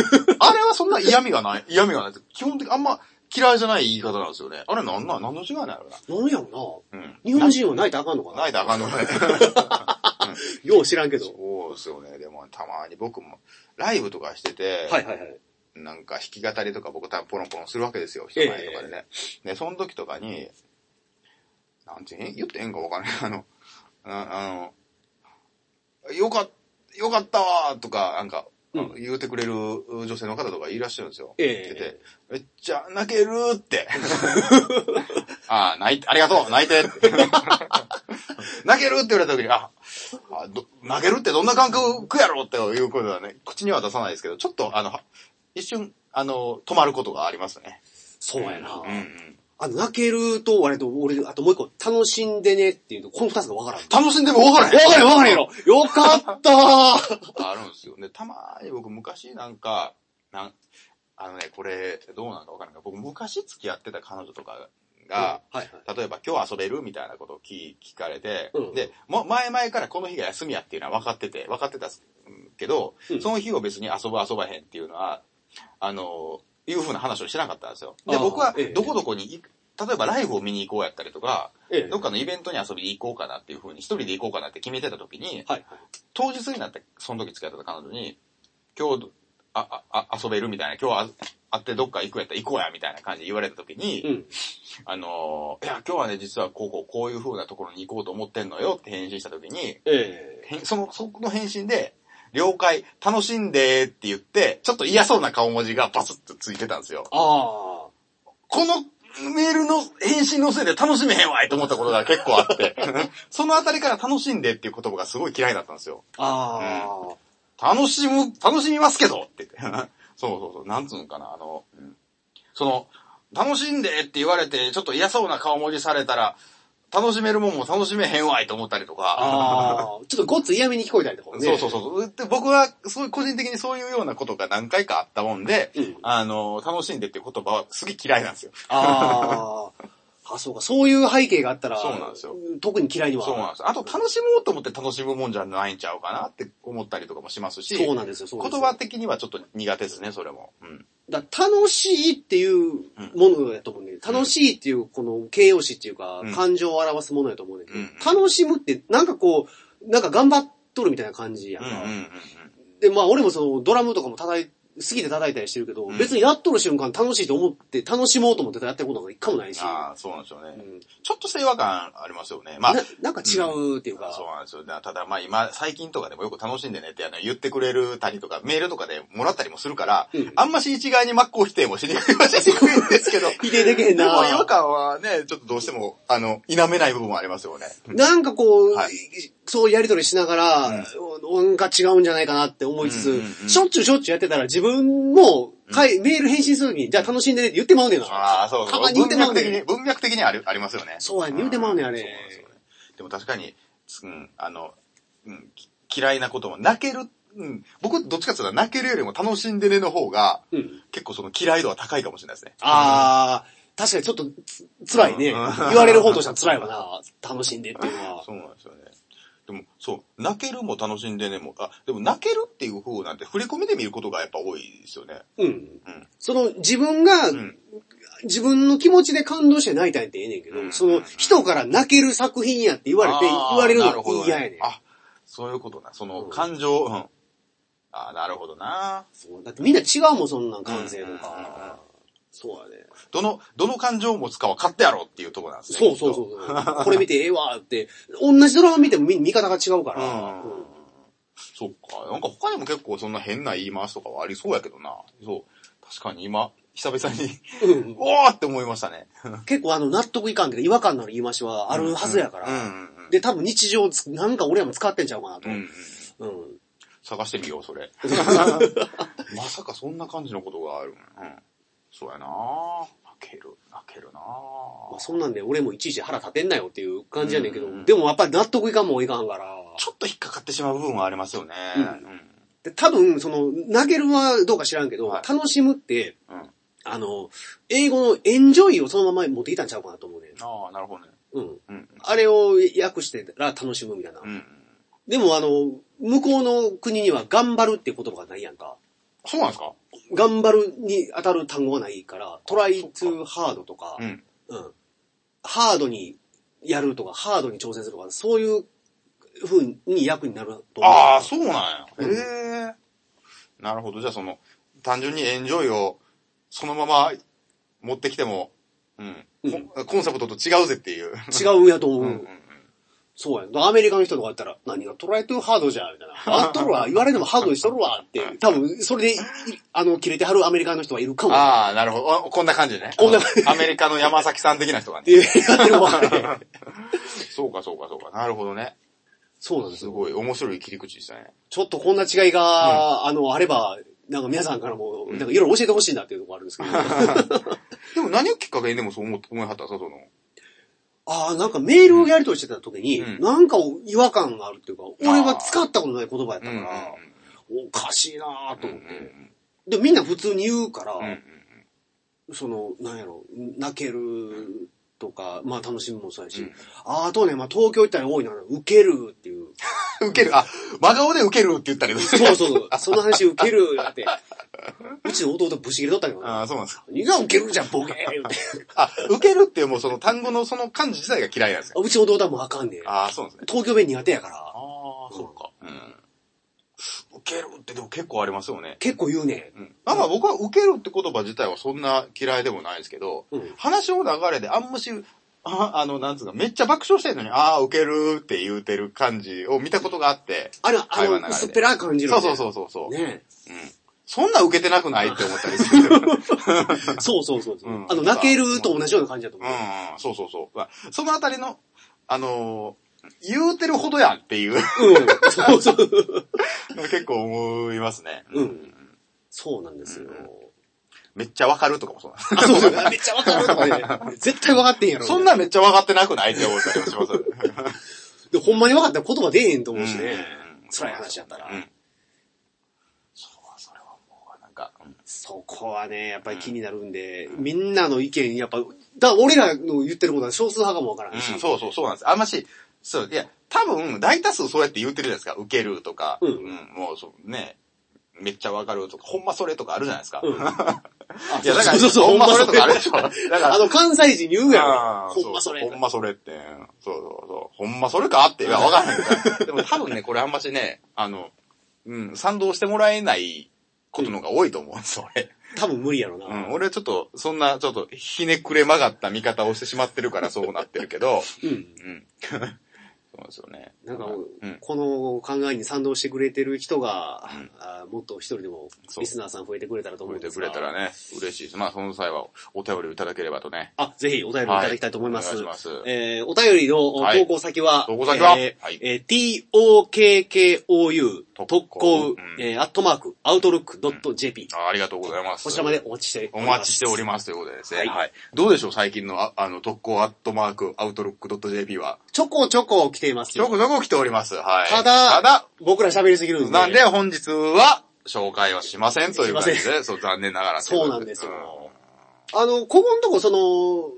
Speaker 2: れはそんな嫌味がない、嫌味がないって。基本的にあんま嫌いじゃない言い方なんですよね。あれなんなん、何の違いなんやろ
Speaker 1: なんやろ
Speaker 2: うな。うん。
Speaker 1: な。日本人は泣いてあかんのかな
Speaker 2: 泣いたらあかんのか ね。
Speaker 1: よう知らんけど。
Speaker 2: そうですよね。でも、たまに僕も、ライブとかしてて、
Speaker 1: はいはいはい。
Speaker 2: なんか弾き語りとか僕多分ポロンポロンするわけですよ、人前とかでね。で、その時とかに、なんて言え言ってええんかわかんない。 あの、ああの、よかっ、よかったわーとか、なんか、
Speaker 1: うん
Speaker 2: 言うてくれる女性の方とかいらっしゃるんですよ。
Speaker 1: ええ
Speaker 2: ででめっちゃ泣けるーって。 ああ、泣いて、ありがとう、泣いて。 泣けるって言われた時に、あ、あど泣けるってどんな感覚やろうっていうことはね、口には出さないですけど、ちょっとあの、一瞬、あの、止まることがありますね。
Speaker 1: そうやな。
Speaker 2: うんうん。
Speaker 1: あの、泣けると、割と、俺、あともう一個、楽しんでねっていうと、この二つがわからん。わ
Speaker 2: 楽しんでも分からへん。
Speaker 1: からんわからんやろよかったー
Speaker 2: あるんですよ。で、たまに僕昔なんか、なん、あのね、これ、どうなんかわからんけど、僕昔付き合ってた彼女とかが、
Speaker 1: はいはい。
Speaker 2: 例えば今日遊べるみたいなことを聞聞かれて、
Speaker 1: うん
Speaker 2: で、も前々からこの日が休みやっていうのは分かってて、分かってたんですけど、
Speaker 1: うん
Speaker 2: その日を別に遊ぶ遊ばへんっていうのは、あの、いうふうな話をしてなかったんですよ。で、
Speaker 1: あー
Speaker 2: 僕は
Speaker 1: ええ
Speaker 2: どこどこに行く、例えばライブを見に行こうやったりとか、
Speaker 1: ええ。
Speaker 2: ど
Speaker 1: は
Speaker 2: っかのイベントに遊びに行こうかなっていうふうに、一人で行こうかなって決めてた時に、
Speaker 1: いはい。
Speaker 2: 当日になって、その時付き合ってた彼女に、今日、あ、あ、あ遊べるみたいな、今日あ会ってどっか行くやったら行こうや、みたいな感じで言われた時に、
Speaker 1: うん。
Speaker 2: あのーいや、今日はね、実はこうこう、こういう風なところに行こうと思ってんのよって返信した時に、
Speaker 1: ええ。
Speaker 2: へんその、そこの返信で、了解、楽しんでーって言って、ちょっと嫌そうな顔文字がバツッとついてたんですよ。
Speaker 1: ああ。
Speaker 2: このメールの返信のせいで楽しめへんわいと思ったことが結構あって、そのあたりから楽しんでっていう言葉がすごい嫌いだったんですよ。
Speaker 1: ああ。
Speaker 2: 楽しむ、楽しみますけどって言って。 そうそうそう、なんつうんかな、あの、うんその、楽しんでって言われて、ちょっと嫌そうな顔文字されたら、楽しめるもんも楽しめへんわいと思ったりとか。
Speaker 1: ああ。ちょっとごっつ嫌味に聞こえたりとかもね。
Speaker 2: そうそうそう。で僕は、そういう、個人的にそういうようなことが何回かあったもんで、
Speaker 1: うん
Speaker 2: あの、楽しんでっていう言葉はすげえ嫌いなんですよ。
Speaker 1: ああ。あ、そうか。そういう背景があったら、
Speaker 2: そうなんですよ
Speaker 1: 特に嫌いには。
Speaker 2: そうなんです。あと楽しもうと思って楽しむもんじゃないんちゃうかなって思ったりとかもしますし、
Speaker 1: そうなんですよ。そうなんです
Speaker 2: 言
Speaker 1: よ
Speaker 2: 葉的にはちょっと苦手ですね、それも。うん。
Speaker 1: だ楽しいっていうものやと思うね、ん、楽しいっていうこの形容詞っていうか
Speaker 2: うん、
Speaker 1: 感情を表すものやと思うねんけど、
Speaker 2: うん
Speaker 1: 楽しむってなんかこう、なんか頑張っとるみたいな感じやん
Speaker 2: うん
Speaker 1: か
Speaker 2: うんうん
Speaker 1: で、まあ俺もそのドラムとかも叩い、好きで叩いたりしてるけど、
Speaker 2: うん
Speaker 1: 別にやっとる瞬間楽しいと思って、楽しもうと思ってやってることなんか一回もないし、
Speaker 2: ああ、そうなんですよ
Speaker 1: う
Speaker 2: ね。
Speaker 1: ん
Speaker 2: ちょっとした違和感ありますよね。まあ
Speaker 1: な、なんか違うっていうか、
Speaker 2: そうなんですよ。だただまあ今、最近とかでもよく楽しんでねってあの言ってくれるたりとか、メールとかでもらったりもするから、
Speaker 1: うん
Speaker 2: あんまし一概に真っ向否定もしにくいはしにくいんですけど、
Speaker 1: 否定できへん
Speaker 2: でも
Speaker 1: な
Speaker 2: 違和感はね、ちょっとどうしても、あの、否めない部分もありますよね。
Speaker 1: なんかこう、
Speaker 2: はい
Speaker 1: そうやりとりしながら、なんか違うんじゃないかなって思いつつ、
Speaker 2: うんうんうん
Speaker 1: しょっちゅうしょっちゅうやってたら自分も、かいメール返信するときに、じゃあ楽しんでねって言ってまうねんな。
Speaker 2: ああ、そうそ
Speaker 1: た
Speaker 2: う。
Speaker 1: まに言うて
Speaker 2: 文
Speaker 1: まう
Speaker 2: 脈
Speaker 1: ね
Speaker 2: 的に、
Speaker 1: ん。
Speaker 2: 文脈的にある、ありますよね。
Speaker 1: そうやね言うてまうねんあれ
Speaker 2: そうなんですよね。でも確かに、うん、あの、うん、き嫌いなことも泣ける、うん、僕どっちかっていうと泣けるよりも楽しんでねの方が、
Speaker 1: うん、
Speaker 2: 結構その嫌い度は高いかもしれないですね。
Speaker 1: ああ、確かにちょっとつ辛いね。
Speaker 2: うん
Speaker 1: 言われる方としては辛いわな。楽しんでっていうのは。
Speaker 2: そうなんですよね。でも、そう、泣けるも楽しんでねも、あ、でも泣けるっていう方なんて振り込みで見ることがやっぱ多いですよね。
Speaker 1: うん
Speaker 2: うん。
Speaker 1: その自分が、
Speaker 2: うん。
Speaker 1: 自分の気持ちで感動して泣いたんやってええねんけど、
Speaker 2: うん
Speaker 1: その人から泣ける作品やって言われて、
Speaker 2: あー
Speaker 1: 言われるの
Speaker 2: なほど
Speaker 1: が
Speaker 2: ね
Speaker 1: 嫌やねん。
Speaker 2: あ、そういうことな。その
Speaker 1: うん
Speaker 2: 感情、うん。あーなるほどな。
Speaker 1: そうだってみんな違うもん、そんなん感性とか。そうやね。
Speaker 2: どの、どの感情を持つかは勝ってやろうっていうところなんですね。
Speaker 1: そうそう
Speaker 2: きっ
Speaker 1: そうそう。これ見てええわって、同じドラマ見ても見見方が違うか
Speaker 2: とう
Speaker 1: ら。
Speaker 2: ん。そっか。なんか他にも結構そんな変な言い回しとかはありそうやけどな。そう。確かに今、久々に、
Speaker 1: うんうん
Speaker 2: おーって思いましたね。
Speaker 1: 結構あの、納得いかんけど、違和感のある言い回しはあるはずやか
Speaker 2: うんう
Speaker 1: ら。
Speaker 2: んうん。
Speaker 1: で、多分日常つ、なんか俺らも使ってんちゃうかなと
Speaker 2: うんう。ん。
Speaker 1: うん。
Speaker 2: 探してみよう、それ。まさかそんな感じのことがある。うん。そうやな泣ける、泣けるな
Speaker 1: まあそんなんで俺もいちいち腹立てんなよっていう感じやねんけど
Speaker 2: うん、
Speaker 1: でもやっぱり納得いかんもんいかんから。
Speaker 2: ちょっと引っかかってしまう部分はありますよね。
Speaker 1: うんで、多分、その、投げるはどうか知らんけど、
Speaker 2: はい
Speaker 1: 楽しむって、
Speaker 2: うん。うん。
Speaker 1: あの、英語のエンジョイをそのまま持ってきたんちゃうかなと思うねん。
Speaker 2: ああ、なるほどね。
Speaker 1: うん。
Speaker 2: うん。
Speaker 1: あれを訳してたら楽しむみたいな。
Speaker 2: うん。
Speaker 1: でもあの、向こうの国には頑張るって言葉がないやんか。
Speaker 2: そうなんですか
Speaker 1: 頑張るに当たる単語がないから、トライ
Speaker 2: そ
Speaker 1: to ハードとか、
Speaker 2: ん。
Speaker 1: うん。ハードにやるとか、ハードに挑戦するとか、そういう風に役になると思う。
Speaker 2: ああ、そうなん
Speaker 1: う
Speaker 2: や。
Speaker 1: ん
Speaker 2: へえ。なるほど。じゃあその、単純にエンジョイをそのまま持ってきても、うん。
Speaker 1: うん
Speaker 2: コンコンセプトと違うぜっていう。
Speaker 1: 違うんやと思う。
Speaker 2: うんうんうん
Speaker 1: そうやん。アメリカの人とかやったら、何がトライトゥーハードじゃんみたいな。あっとるわ、言われてもハードにしとるわ って、多分、それでい、いあの、切れてはるアメリカの人はいるかも。
Speaker 2: ああ、なるほど。あこんな感じね。
Speaker 1: こんな感じ
Speaker 2: アメリカの山崎さん的な人が
Speaker 1: って
Speaker 2: ね。
Speaker 1: やってるわ、ね。
Speaker 2: そうかそうかそうか。なるほどね。
Speaker 1: そうなんです
Speaker 2: す
Speaker 1: よ。
Speaker 2: ごい面白い切り口でしたね。
Speaker 1: ちょっとこんな違いが、あの、あれば、なんか皆さんからも、なんかいろいろ教えてほしいなっていうところあるんですけど。
Speaker 2: でも何をきっかけにでもそう思思いはったんですか、その。
Speaker 1: ああ、なんかメールをやりとりしてた時に、
Speaker 2: うん
Speaker 1: なんか違和感があるっていうか、俺が使ったことない言葉やった
Speaker 2: うんうんうん
Speaker 1: から、おかしいなぁと思っ
Speaker 2: うんう
Speaker 1: て。
Speaker 2: ん
Speaker 1: で、みんな普通に言うから、
Speaker 2: うん
Speaker 1: その、なんやろ、泣けるとか、まあ楽しみもそうやし、
Speaker 2: うん
Speaker 1: ああとね、まあ東京行ったら多いな、受けるっていう。
Speaker 2: うん。受ける、あ、真顔で受けるって言ったりとか
Speaker 1: そうそう そう、その話受けるだって、うちの弟ぶし切れとったけど
Speaker 2: あ
Speaker 1: な、
Speaker 2: あ、そうなんですか。
Speaker 1: 何が受けるじゃん、ボケー言うて。
Speaker 2: あ、受けるってもうその単語のその漢字自体が嫌いなんですよ。
Speaker 1: うちの弟はもうあかんねん。
Speaker 2: ああ、そうなんですね。
Speaker 1: 東京弁苦手やから、
Speaker 2: ああ、
Speaker 1: そう
Speaker 2: か。うん。受けるってでも結構ありますよね。
Speaker 1: 結構言うね
Speaker 2: うん。まあ僕は受けるって言葉自体はそんな嫌いでもないですけど、
Speaker 1: ん。うん。
Speaker 2: 話の流れであんまし、ああの、なんつうか、めっちゃ爆笑してるのに、ああ、ウケるって言うてる感じを見たことがあって。
Speaker 1: あれ、あ
Speaker 2: 会話の中
Speaker 1: の、
Speaker 2: で
Speaker 1: 薄っぺらい感じる、
Speaker 2: そう
Speaker 1: ね。
Speaker 2: そうそううそうそう、
Speaker 1: ね
Speaker 2: うん。そんなウケてなくないって思ったりする。 うん、
Speaker 1: そうそうそうそう、
Speaker 2: うん
Speaker 1: あの、泣けると同じような感じだと思う。
Speaker 2: そうそうそうまあ。そのあたりの、あのー言うてるほどやんっていう
Speaker 1: うん。そうそう。
Speaker 2: 結構思いますね。
Speaker 1: うん。そうなんですよ。
Speaker 2: めっちゃわかるとかもそうなんです
Speaker 1: あ、そうそう、めっちゃわかるとかね。絶対わかってんやろ。
Speaker 2: そんなんめっちゃわかってなくないって思ったりもしますよね。
Speaker 1: で、ほんまに分かったら言葉出えへんと思うしね。
Speaker 2: うん
Speaker 1: 辛い話やったら。
Speaker 2: うん。そう、それはもう、なんか、うん
Speaker 1: そこはね、やっぱり気になるんで、みんなの意見、やっぱ、だから俺らの言ってることは少数派かもわから
Speaker 2: うんん、
Speaker 1: し。
Speaker 2: そうそう、そうなんです。あんまし、そう、いや、多分、大多数そうやって言ってるじゃないですか。受けるとか、
Speaker 1: うん
Speaker 2: もう、そう、ね、めっちゃわかるとか、ほんまそれとかあるじゃないですか。
Speaker 1: うん
Speaker 2: い
Speaker 1: あ
Speaker 2: や、だか
Speaker 1: そ
Speaker 2: ら、
Speaker 1: うそうそう、
Speaker 2: ほ
Speaker 1: ほ
Speaker 2: ん
Speaker 1: ん
Speaker 2: ま
Speaker 1: ま
Speaker 2: それ
Speaker 1: そ
Speaker 2: とかある
Speaker 1: れ。
Speaker 2: でしょ。だから
Speaker 1: あ、の、関西人言うやろ。
Speaker 2: うん
Speaker 1: ほんまそれ
Speaker 2: う。ほんまそれって。そうそうそう。ほんまそれかっ て。いや、わからへんない。でも多分ね、これあんましね、あの、うん、賛同してもらえないことの方が多いと思うんです、俺。
Speaker 1: 多分無理やろな。
Speaker 2: うん、俺ちょっと、そんな、ちょっと、ひねくれ曲がった見方をしてしまってるからそうなってる けど、
Speaker 1: うん。
Speaker 2: うん。そうなんですよね。
Speaker 1: なんかもう
Speaker 2: うん。
Speaker 1: この考えに賛同してくれてる人が
Speaker 2: うん、
Speaker 1: あもっと一人でも
Speaker 2: そう
Speaker 1: リスナーさん増えてくれたらと
Speaker 2: 褒
Speaker 1: 思う
Speaker 2: め
Speaker 1: んで
Speaker 2: て
Speaker 1: す
Speaker 2: く
Speaker 1: が。
Speaker 2: れたらね、嬉しいです。まあ、その際は、お便りをいただければとね。
Speaker 1: あ、ぜひお便りいただきたいと思います。
Speaker 2: はいお願いします
Speaker 1: えー、お便りの
Speaker 2: はい
Speaker 1: 投稿先は、
Speaker 2: 投稿先は
Speaker 1: えー
Speaker 2: はい
Speaker 1: えー tokkou
Speaker 2: 特
Speaker 1: 特
Speaker 2: 攻
Speaker 1: 攻
Speaker 2: うん、
Speaker 1: えー、アットマーク、アウトロック .jp。
Speaker 2: あありがとうございます。
Speaker 1: こちらまでお待ちしてお
Speaker 2: お
Speaker 1: ります。
Speaker 2: 待ちしておりますということでですね。は。
Speaker 1: はいい
Speaker 2: どうでしょう最近の、ああの、特攻アットマーク、アウトロックドット JP は。
Speaker 1: ちょこちょこ来ています
Speaker 2: ちょ
Speaker 1: よ。
Speaker 2: くちょく来ております。はい。
Speaker 1: ただ、
Speaker 2: ただ、
Speaker 1: 僕ら喋りすぎるんで。
Speaker 2: なんで本日は、紹介はしませんという感じ
Speaker 1: しま
Speaker 2: で、そう、残念ながら。
Speaker 1: そうなんですよ
Speaker 2: うん。
Speaker 1: あの、ここのとこその、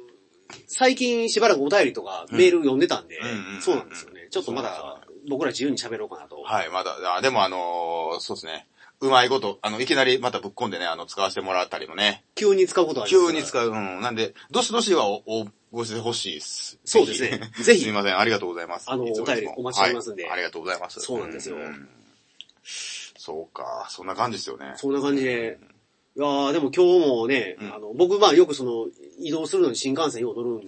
Speaker 1: 最近しばらくお便りとかメール読んでたんで
Speaker 2: うんうんうんうん、
Speaker 1: そうなんですよね。ちょっとま
Speaker 2: そうなん
Speaker 1: だ僕ら自由に喋ろうかなと。
Speaker 2: はい、まだ、あでもあのーそうですね。うまいこと、あの、いきなりまたぶっ込んでね、あの、使わせてもらったりもね。
Speaker 1: 急に使うことはあります
Speaker 2: 急に使う。うん。なんで、どしどしはお、お、ごしてほしいです。
Speaker 1: そうです ねぜひ
Speaker 2: すいません、ありがとうございます。
Speaker 1: あの
Speaker 2: いつもいつも
Speaker 1: お便りお待ちしておりますんで
Speaker 2: はいありがとうございます。
Speaker 1: そうなんですよ
Speaker 2: そうか、そんな感じですよね。
Speaker 1: そんな感じで。いやーでも今日もね、あの、僕まあよくその、移動するのに新幹線よう乗るん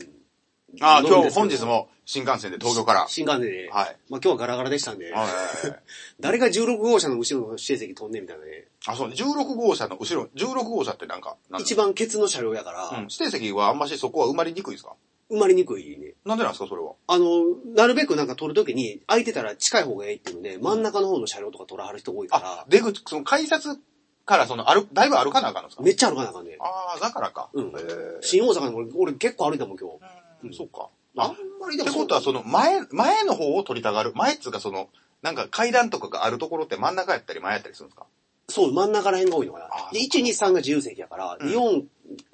Speaker 2: ああ、
Speaker 1: 乗るん
Speaker 2: 今
Speaker 1: で
Speaker 2: 日、
Speaker 1: すけど
Speaker 2: 本日も新幹線で東京から。
Speaker 1: 新幹線で。
Speaker 2: はい
Speaker 1: まあ今日はガラガラでしたんで、
Speaker 2: はいはいはい
Speaker 1: 誰が16号車の後ろの指定席飛んでみたいなね。
Speaker 2: あ、そう、16号車の後ろ、16号車ってなんか、なんだ
Speaker 1: 一番ケツの車両やから、
Speaker 2: うん、指定席はあんましそこは埋まりにくいですか
Speaker 1: 埋まりにくいね。
Speaker 2: なんでなんですか、それは。
Speaker 1: あの、なるべくなんか撮るときに、空いてたら近い方がいいっていうので、真ん中の方の車両とか撮らはる人多い
Speaker 2: あ
Speaker 1: か、、
Speaker 2: 出口、その改札からその歩、だいぶ歩かなあかんのですから
Speaker 1: めっちゃ歩かなあかんね。
Speaker 2: ああ、だからか。
Speaker 1: うん
Speaker 2: へー
Speaker 1: 新大阪でも俺俺結構歩いたもん今日。
Speaker 2: うんそうか。
Speaker 1: あん
Speaker 2: っ
Speaker 1: まりでも
Speaker 2: てことは、その前、前の方を取りたがる。前っつうか、その、なんか階段とかがあるところって真ん中やったり前やったりするんですか
Speaker 1: そう、真ん中ら辺が多いのかな
Speaker 2: あ。
Speaker 1: で、1、2、3が自由席やから、
Speaker 2: うん
Speaker 1: 4、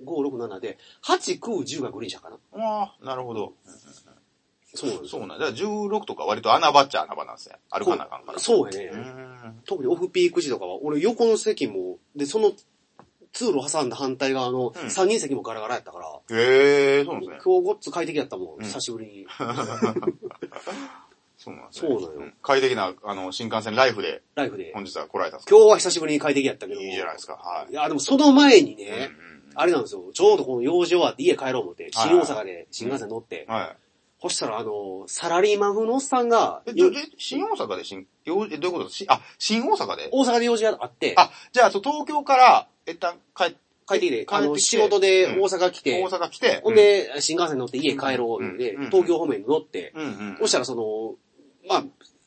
Speaker 1: 5、6、7で、8、9、10がグリーン車かな。
Speaker 2: ああ、なるほど。
Speaker 1: そうなんです
Speaker 2: そうなんだ。だから16とか割と穴場っちゃ穴場なんですね。歩かなあかんから。
Speaker 1: そうやね。
Speaker 2: うん
Speaker 1: 特にオフピーク時とかは、俺横の席も、で、その通路挟んだ反対側の
Speaker 2: うん
Speaker 1: 3人席もガラガラやったから、
Speaker 2: へえ、そうなんです
Speaker 1: 今
Speaker 2: ね
Speaker 1: 日。ごっつ快適やったもん、
Speaker 2: うん
Speaker 1: 久しぶりに。
Speaker 2: そうなんです
Speaker 1: そ
Speaker 2: ね。
Speaker 1: うなのよ
Speaker 2: ん快適な、あの、新幹線ライフで
Speaker 1: ライフ で。
Speaker 2: 本日は来られたんですか
Speaker 1: 今日は久しぶりに快適やったけども。
Speaker 2: いいじゃないですか。はい
Speaker 1: い。や、でもその前に
Speaker 2: うん
Speaker 1: ね、あれなんですよ、ちょうどこの用事終わって家帰ろう思って、
Speaker 2: はい
Speaker 1: 新大阪で新幹線乗って
Speaker 2: うん、はい。
Speaker 1: そしたらあの、サラリーマン風のおっさんが、
Speaker 2: え、
Speaker 1: よ
Speaker 2: どえ新大阪で新、ようえどういうことですしあ、新大阪で
Speaker 1: 大阪で用事があって、
Speaker 2: あ、じゃあ、そう東京から、一旦帰って、
Speaker 1: 帰ってきて、あ
Speaker 2: 帰っ
Speaker 1: の、
Speaker 2: てきて
Speaker 1: 仕事で大阪来て
Speaker 2: 大、阪来て、
Speaker 1: ほんで、新幹線乗って家帰ろう思って
Speaker 2: うんうん
Speaker 1: 東京方面に乗って、
Speaker 2: うん、うんうん。
Speaker 1: そしたらその、まあ、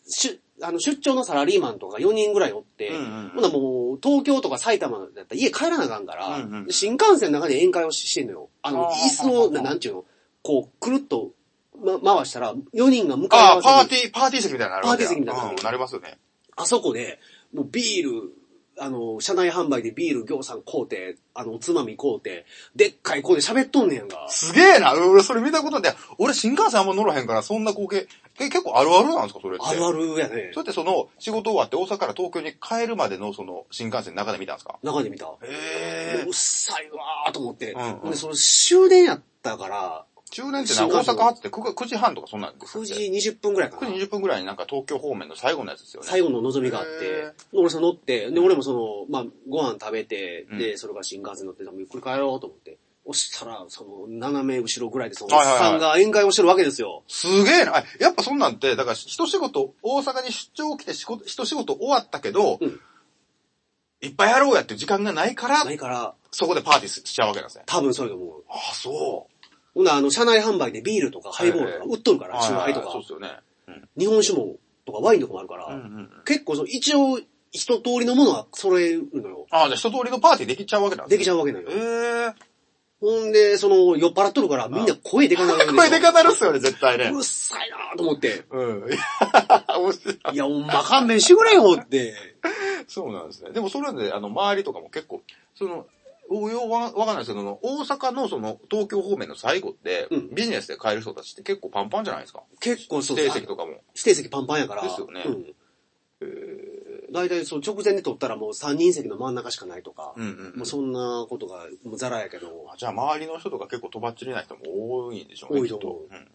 Speaker 1: 出、あの、出張のサラリーマンとか4人ぐらいおって、
Speaker 2: うんうんうん
Speaker 1: ほんならもう、東京とか埼玉だったら家帰らなあかんから、
Speaker 2: うんうん
Speaker 1: 新幹線の中で宴会をししてんのよ。あの
Speaker 2: あ、ー
Speaker 1: 椅子を、ななんちゅうの、こう、くるっと、ま、回したら、4人が向かい合
Speaker 2: あ
Speaker 1: わ
Speaker 2: あ、
Speaker 1: せに
Speaker 2: パーティー、パーティー席みたいになるわけや
Speaker 1: パーティー席みたいになる
Speaker 2: うんなりますよね。
Speaker 1: あそこで、もうビール、あの、車内販売でビール行産買うて、あの、おつまみ買うて、でっかい声で喋っとんねやんか。
Speaker 2: すげえな俺、それ見たことない。俺、新幹線あんま乗らへんから、そんな光景、え結構あるあるなんですか、それって。
Speaker 1: あるあ
Speaker 2: る。
Speaker 1: るやね
Speaker 2: そ。れってその、仕事終わって大阪から東京に帰るまでの、その、新幹線の中で見たんですか
Speaker 1: 中で見た。も
Speaker 2: へ
Speaker 1: ううっさいわーと思って。
Speaker 2: うんうん
Speaker 1: で、その終電やったから、
Speaker 2: 中年ってな、大阪発って 9, 時半とかそんなんです
Speaker 1: 9時20分ぐらいかな。
Speaker 2: 9時20分ぐらいになんか東京方面の最後のやつですよね。
Speaker 1: 最後の望みがあっ
Speaker 2: へ
Speaker 1: て、俺その乗って、で、俺もその、まあ、ご飯食べて、
Speaker 2: う
Speaker 1: で、それから新幹線乗って、多分ゆっくり帰ろうと思って。そしたら、その、斜め後ろぐらいで、その、おっさんが宴会をしてるわけですよ。
Speaker 2: すげえな。あやっぱそんなんて、だから、一仕事、大阪に出張来て仕事、一仕事終わったけど、
Speaker 1: うん
Speaker 2: いっぱいやろうやっていう時間がないから、
Speaker 1: ないから、
Speaker 2: そこでパーティーしちゃうわけなんですね。
Speaker 1: 多分それがもう、
Speaker 2: ああ、そう。
Speaker 1: ほんならあの、車内販売でビールとかハイボールとか売っとるから、酎ハイと
Speaker 2: はいはいはいそう
Speaker 1: か
Speaker 2: で、すよね。うん
Speaker 1: 日本酒も、とかワインとかもあるから、
Speaker 2: うんうんうん
Speaker 1: 結構その、一応、一通りのものは揃えるのよ。
Speaker 2: ああ、じゃあ一通りのパーティーできちゃうわけなん
Speaker 1: できち
Speaker 2: ゃ
Speaker 1: ゃうわけなの
Speaker 2: え
Speaker 1: よ。ほんで、その、酔っ払っとるから、みんな声でかなるん
Speaker 2: え
Speaker 1: です
Speaker 2: ー。
Speaker 1: よ。
Speaker 2: これでかなるっすよね、絶対ね
Speaker 1: う。るさいなと思って。
Speaker 2: うん。面白い
Speaker 1: いや、ほんま勘弁してくれよって。
Speaker 2: そうなんですね。でもそれで、あの、周りとかも結構、その、おようわわかんないですけど、その大阪のその東京方面の最後って、
Speaker 1: うん
Speaker 2: ビジネスで買える人たちって結構パンパンじゃないですか。
Speaker 1: 結構そう
Speaker 2: 指定席とかも。
Speaker 1: 指定席パンパンやから。
Speaker 2: ですよね
Speaker 1: うん。大体そう直前で取ったらもう3人席の真ん中しかないとか、
Speaker 2: うんうんうん
Speaker 1: もうそんなことがもうザラやけど、
Speaker 2: あじゃあ周りの人とか結構とばっちりな人も多いんでしょうね、
Speaker 1: 多い
Speaker 2: き
Speaker 1: と
Speaker 2: っと
Speaker 1: 思う。
Speaker 2: うんうん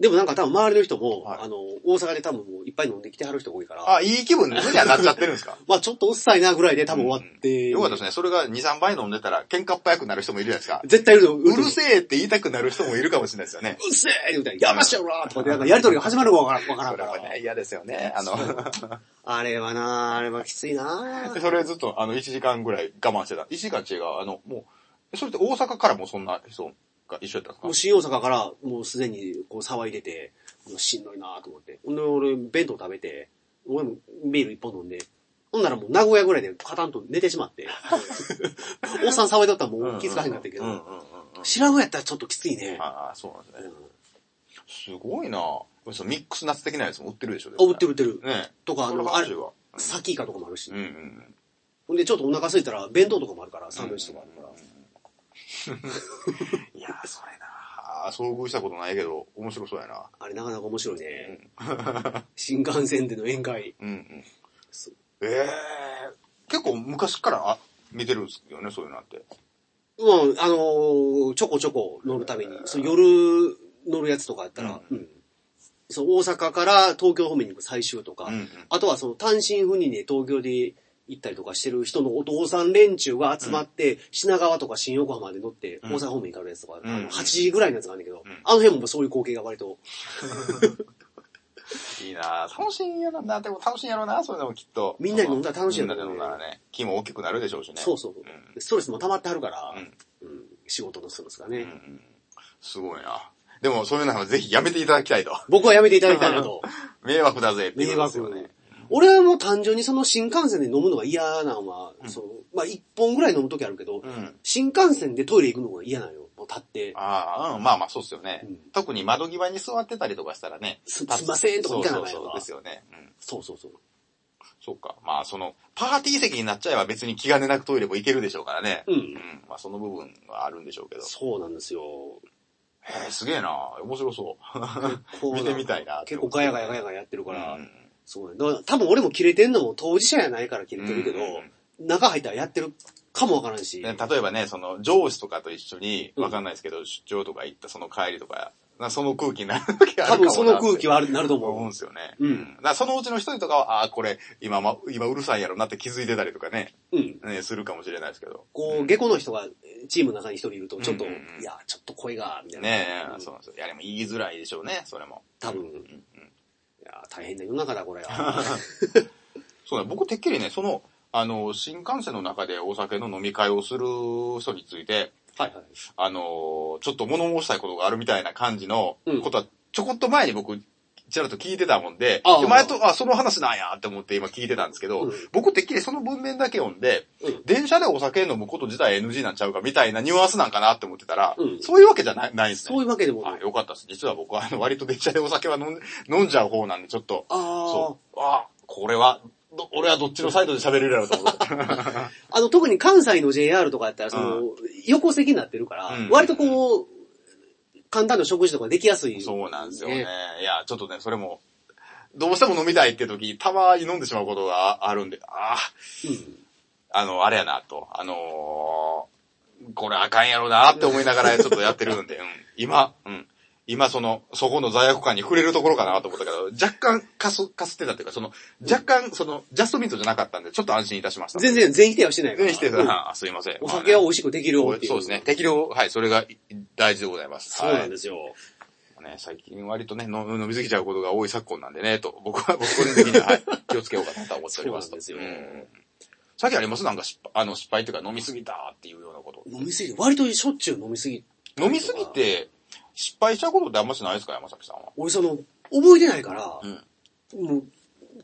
Speaker 1: でもなんか多分周りの人も、
Speaker 2: はい
Speaker 1: あの、大阪で多分もういっぱい飲んできてはる人が多いから、
Speaker 2: あ、いい気分にはなっちゃってるんです か
Speaker 1: まあちょっとおっさいなぐらいで多分終わって、
Speaker 2: よかったですね。それが2、3倍飲んでたら喧嘩っ早くなる人もいるじゃないですか。
Speaker 1: 絶対いると思
Speaker 2: う
Speaker 1: う
Speaker 2: るせえって言いたくなる人もいるかもしれないです よね。
Speaker 1: うっせえみたいな、やばしやろとかってなんかやりとりが始まるのかわ からんわ
Speaker 2: そ
Speaker 1: か
Speaker 2: れ
Speaker 1: らんか
Speaker 2: は
Speaker 1: ら。
Speaker 2: ね、嫌ですよね。あの、
Speaker 1: あれはなあれはきついな
Speaker 2: それずっとあの1時間ぐらい我慢してた。1時間違う。あの、もう、それって大阪からもそんな人が一緒やったんですか
Speaker 1: もう新大阪からもうすでにこう騒いでて、もうしんどいなと思って。ほんで俺弁当食べて、俺もビール一本飲んで、ほんならもう名古屋ぐらいでカタンと寝てしまっ て。おっさん騒いだったらもう気づかへんかったけ
Speaker 2: うんうんう
Speaker 1: ど、
Speaker 2: んうんうん
Speaker 1: 知らんやったらちょっときついね。
Speaker 2: ああ、そうなんです
Speaker 1: う
Speaker 2: ね
Speaker 1: ん。
Speaker 2: すごいなそのミックスナッツ的なやつも売ってるでしょ
Speaker 1: あ、売ってる売
Speaker 2: る。
Speaker 1: ってる。
Speaker 2: ね
Speaker 1: とか、あ
Speaker 2: それ
Speaker 1: の、
Speaker 2: は
Speaker 1: あ
Speaker 2: あ
Speaker 1: れ
Speaker 2: るわ。、
Speaker 1: サキイカとかもあるし
Speaker 2: うん。うんうん。
Speaker 1: ほんで、ちょっとお腹空いたら、弁当とかもあるから、サンドイッチとかあるから。
Speaker 2: いやー、それなー遭遇したことないけど、面白そうやな。
Speaker 1: あれなかなか面白いね。新幹線での宴会。
Speaker 2: うんうん。
Speaker 1: そう
Speaker 2: ええー、結構昔からあ見てるんですよね、そういうのって。
Speaker 1: うん、あのーちょこちょこ乗るために、そう夜乗るやつとかやったら、
Speaker 2: う
Speaker 1: うんんそう大阪から東京方面に行く最終とか、
Speaker 2: うんうん
Speaker 1: あとはその単身赴任で東京で行ったりとかしてる人のお父さん連中が集まって、品川とか新横浜で乗って
Speaker 2: う
Speaker 1: 大
Speaker 2: ん
Speaker 1: 阪方面に行かれるやつとか、
Speaker 2: うん
Speaker 1: あの8時ぐらいのやつがあるんだけど、
Speaker 2: うん
Speaker 1: あの辺もそういう光景が割と、
Speaker 2: いいなぁ楽しいんやろなでも楽しいんやろなそういうのもきっと。
Speaker 1: みんなに飲んだら楽しい
Speaker 2: み
Speaker 1: ん
Speaker 2: んな
Speaker 1: だ
Speaker 2: で
Speaker 1: ろうね
Speaker 2: 飲んだらね、気も大きくなるでしょうしね。
Speaker 1: そうそう、
Speaker 2: う
Speaker 1: ストレスも溜まってはるから、
Speaker 2: うん
Speaker 1: うん仕事のストレスが
Speaker 2: んうんう
Speaker 1: ね、
Speaker 2: ん。すごいなでもそういうのはぜひやめていただきたい と。
Speaker 1: 僕はやめていただきたいなと。
Speaker 2: 迷惑だぜってい
Speaker 1: 迷
Speaker 2: うことです
Speaker 1: 惑
Speaker 2: よね。
Speaker 1: 俺はもう単純にその新幹線で飲むのが嫌なのは、
Speaker 2: うん
Speaker 1: そのまあ一本ぐらい飲むときあるけど、
Speaker 2: うん。
Speaker 1: 新幹線でトイレ行くのが嫌なのよ。もう立って、
Speaker 2: ああ、うん、まあまあそうっすよね、
Speaker 1: うん
Speaker 2: 特に窓際に座ってたりとかしたらね。
Speaker 1: すすいませんとか
Speaker 2: そ
Speaker 1: 言
Speaker 2: う
Speaker 1: いたら
Speaker 2: そう
Speaker 1: なや
Speaker 2: そう
Speaker 1: わ
Speaker 2: ですよね。うん。
Speaker 1: そうそうそう。
Speaker 2: そうか。まあ、その、パーティー席になっちゃえば別に気兼ねなくトイレも行けるでしょうからね。
Speaker 1: うん
Speaker 2: まあ、その部分はあるんでしょうけど。
Speaker 1: そうなんですよ。
Speaker 2: へえ、すげえな面白そう。
Speaker 1: こう
Speaker 2: 見てみたいな
Speaker 1: 結構ガヤガヤガヤガヤやってる
Speaker 2: う
Speaker 1: か
Speaker 2: ん
Speaker 1: ら、そうね。だから多分俺も切れてんのも当事者やないから切れてるけど、
Speaker 2: うんうん
Speaker 1: 中入ったらやってるかもわからんし、
Speaker 2: ね例えばね、その、上司とかと一緒に、
Speaker 1: うん
Speaker 2: わかんないですけど、出張とか行ったその帰りとか、なその空気になる時あるか
Speaker 1: 多
Speaker 2: も
Speaker 1: 分
Speaker 2: な
Speaker 1: その空気はあるなると
Speaker 2: 思う
Speaker 1: 思
Speaker 2: ん
Speaker 1: う。
Speaker 2: ですよね。
Speaker 1: うん
Speaker 2: だからそのうちの一人とかは、ああー、これ、今、ま、今うるさいやろなって気づいてたりとかね、
Speaker 1: うん。
Speaker 2: ね、するかもしれないですけど。
Speaker 1: こう、下戸の人がチームの中に一人いると、ちょっと、
Speaker 2: うんうんうん
Speaker 1: いや、ちょっと声が、みたいな。
Speaker 2: ねえ、
Speaker 1: うん
Speaker 2: そうなんですよ。いや、でも言いづらいでしょうね、それも。
Speaker 1: 多分。いや、大変な世の中だ、これ は。
Speaker 2: そうだ、僕てっきりね、その、あの、新幹線の中でお酒の飲み会をする人について、
Speaker 1: はいはい。
Speaker 2: あの、ちょっと物申したいことがあるみたいな感じの
Speaker 1: うん
Speaker 2: ことは、ちょこっと前に僕、ちらっと聞いてたもんで、
Speaker 1: ああ
Speaker 2: で前と、あ、その話なんやって思って今聞いてたんですけど、
Speaker 1: うん
Speaker 2: 僕てっきりその文面だけ読んで、
Speaker 1: うん
Speaker 2: 電車でお酒飲むこと自体 NG なんちゃうかみたいなニュアンスなんかなって思ってたら、
Speaker 1: うん
Speaker 2: そういうわけじゃないないんですね。
Speaker 1: そういうわけでもな
Speaker 2: あ
Speaker 1: い。
Speaker 2: よかったです。実は僕はあの割と電車でお酒は飲ん飲んじゃう方なんで、ちょっと。
Speaker 1: あ
Speaker 2: そう。あこれは、ど俺はどっちのサイドで喋れるやろうと思って。
Speaker 1: あ。あの、特に関西の JR とかやったら、その、
Speaker 2: う
Speaker 1: 横席になってるから、
Speaker 2: うん
Speaker 1: 割とこう、簡単な食事とかできやすい。
Speaker 2: そうなんですよね。
Speaker 1: ね
Speaker 2: いや、ちょっとね、それも、どうしても飲みたいって時、たまに飲んでしまうことがあるんで、あ
Speaker 1: うん
Speaker 2: あ、あの、あれやな、と。あのーこれあかんやろなって思いながらちょっとやってるんで、うん、今、うん。今その、そこの罪悪感に触れるところかなと思ったけど、若干かす、かすってたっていうか、その、若干、その、ジャストミートじゃなかったんで、ちょっと安心いたしました。
Speaker 1: 全然、全否定はしてないから。
Speaker 2: 全否定
Speaker 1: うん
Speaker 2: だ。あすいません。
Speaker 1: お酒は美
Speaker 2: まあね
Speaker 1: 味しくできるよっていう。
Speaker 2: そうですね。。適量、はい、それがい大事でございます。。
Speaker 1: そうなんですすよ。
Speaker 2: ね、最近割とね、飲飲みすぎちゃうことが多い昨今なんでね、と、僕は、僕 個人的には、はい、気をつけようかなとは思っておりますと。
Speaker 1: そうなんですよ
Speaker 2: んさっきありますなんか失敗、あの、失敗というか飲みすぎたっていうようなこと。
Speaker 1: 飲みすぎ、割としょっちゅう飲みすぎ。
Speaker 2: 飲みすぎて、失敗したことってあんましないですか、山崎さんは。
Speaker 1: 俺その、覚えてないから、
Speaker 2: う
Speaker 1: もう、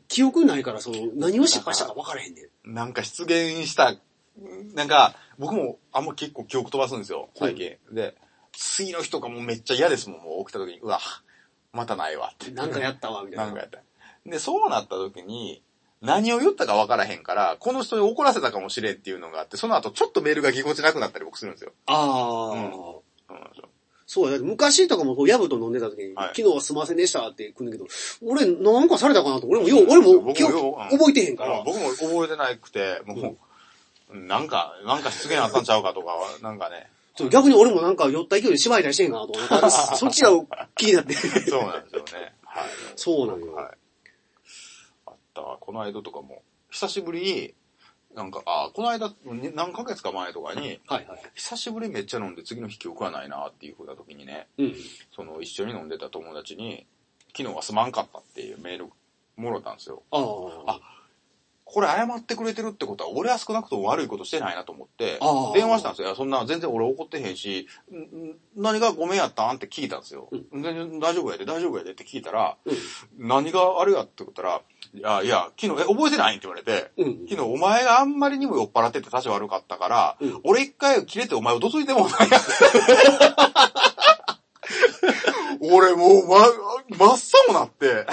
Speaker 1: 記憶ないから、その、何を失敗したか分からへんねん。
Speaker 2: ん。なんか出現した、なんか、僕もあんま結構記憶飛ばすんですよ、最近。で、次の日とかもめっちゃ嫌ですもん、もう起きた時に、うわ、またないわって。
Speaker 1: なんかやったわ、みたいな。
Speaker 2: なんかやった。で、そうなった時に、何を言ったか分からへんから、この人に怒らせたかもしれんっていうのがあって、その後ちょっとメールがぎこちなくなったり僕するんですよ。
Speaker 1: ああ、
Speaker 2: うんそうなんですよ
Speaker 1: そうや、だって昔とかもこうヤブと飲んでた時に、
Speaker 2: はい
Speaker 1: 昨日はすみませんでしたって来るんだけど、俺なんかされたかなと、俺もよう、俺も
Speaker 2: 僕
Speaker 1: 記
Speaker 2: も
Speaker 1: 憶
Speaker 2: よううん
Speaker 1: 覚えてへんか
Speaker 2: う
Speaker 1: ら
Speaker 2: ん、僕も覚えてなくて、もう、なんか、なんか失言あったんちゃうかとか、なんかね。
Speaker 1: ちょっと逆に俺もなんか酔った勢いで芝居出してへんかなと思って そっちが気になって。
Speaker 2: そうなんですよね。はい。
Speaker 1: そうなのよ。
Speaker 2: はい。あったわこの間とかも、久しぶりに、なんか、あこの間、ね何ヶ月か前とかに、
Speaker 1: はいはい。
Speaker 2: 久しぶりにめっちゃ飲んで次の日記憶がないなっていうふうな時にね、
Speaker 1: うん。
Speaker 2: その一緒に飲んでた友達に、昨日はすまんかったっていうメールもろたんですよ。
Speaker 1: ああ。
Speaker 2: あこれ謝ってくれてるってことは、俺は少なくとも悪いことしてないなと思って
Speaker 1: あー、
Speaker 2: 電話したんですよ。いや、そんな全然俺怒ってへんし、んん何がごめんやったんって聞いたんですよ。全然大丈夫やで、大丈夫やでって聞いたら、
Speaker 1: うん。
Speaker 2: 何があれやってことら、いや、いや、昨日、え、覚えてないんって言われて、
Speaker 1: うん。
Speaker 2: 昨日お前があんまりにも酔っ払ってて立ち悪かったから、
Speaker 1: うん
Speaker 2: 俺一回切れてお前どついてもら えないや俺もうま、真っ青なって。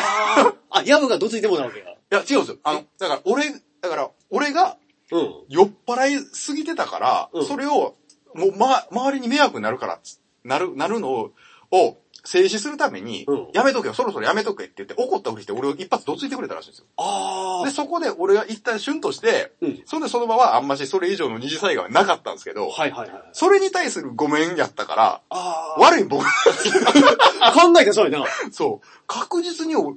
Speaker 1: あ、ヤブがどついてもなわけや。
Speaker 2: いや、違うんですよ。あの、だから俺、だから俺が
Speaker 1: うん。
Speaker 2: 酔っ払いすぎてたから、
Speaker 1: うん
Speaker 2: それを、もう、ま、周りに迷惑になるから、つなる、なるのを、を制止するために、
Speaker 1: うん
Speaker 2: やめとけよ、そろそろやめとけって言って、怒ったふりして俺を一発どついてくれたらしいんですよ。
Speaker 1: あ
Speaker 2: で、そこで俺が一旦シュンとして、
Speaker 1: うん
Speaker 2: そんでその場はあんましそれ以上の二次災害はなかったんですけど、
Speaker 1: あ。はいはいはい。
Speaker 2: それに対するごめんやったから、
Speaker 1: ああ。
Speaker 2: 悪い僕、
Speaker 1: 考えてそうやな。
Speaker 2: そう、確実にお、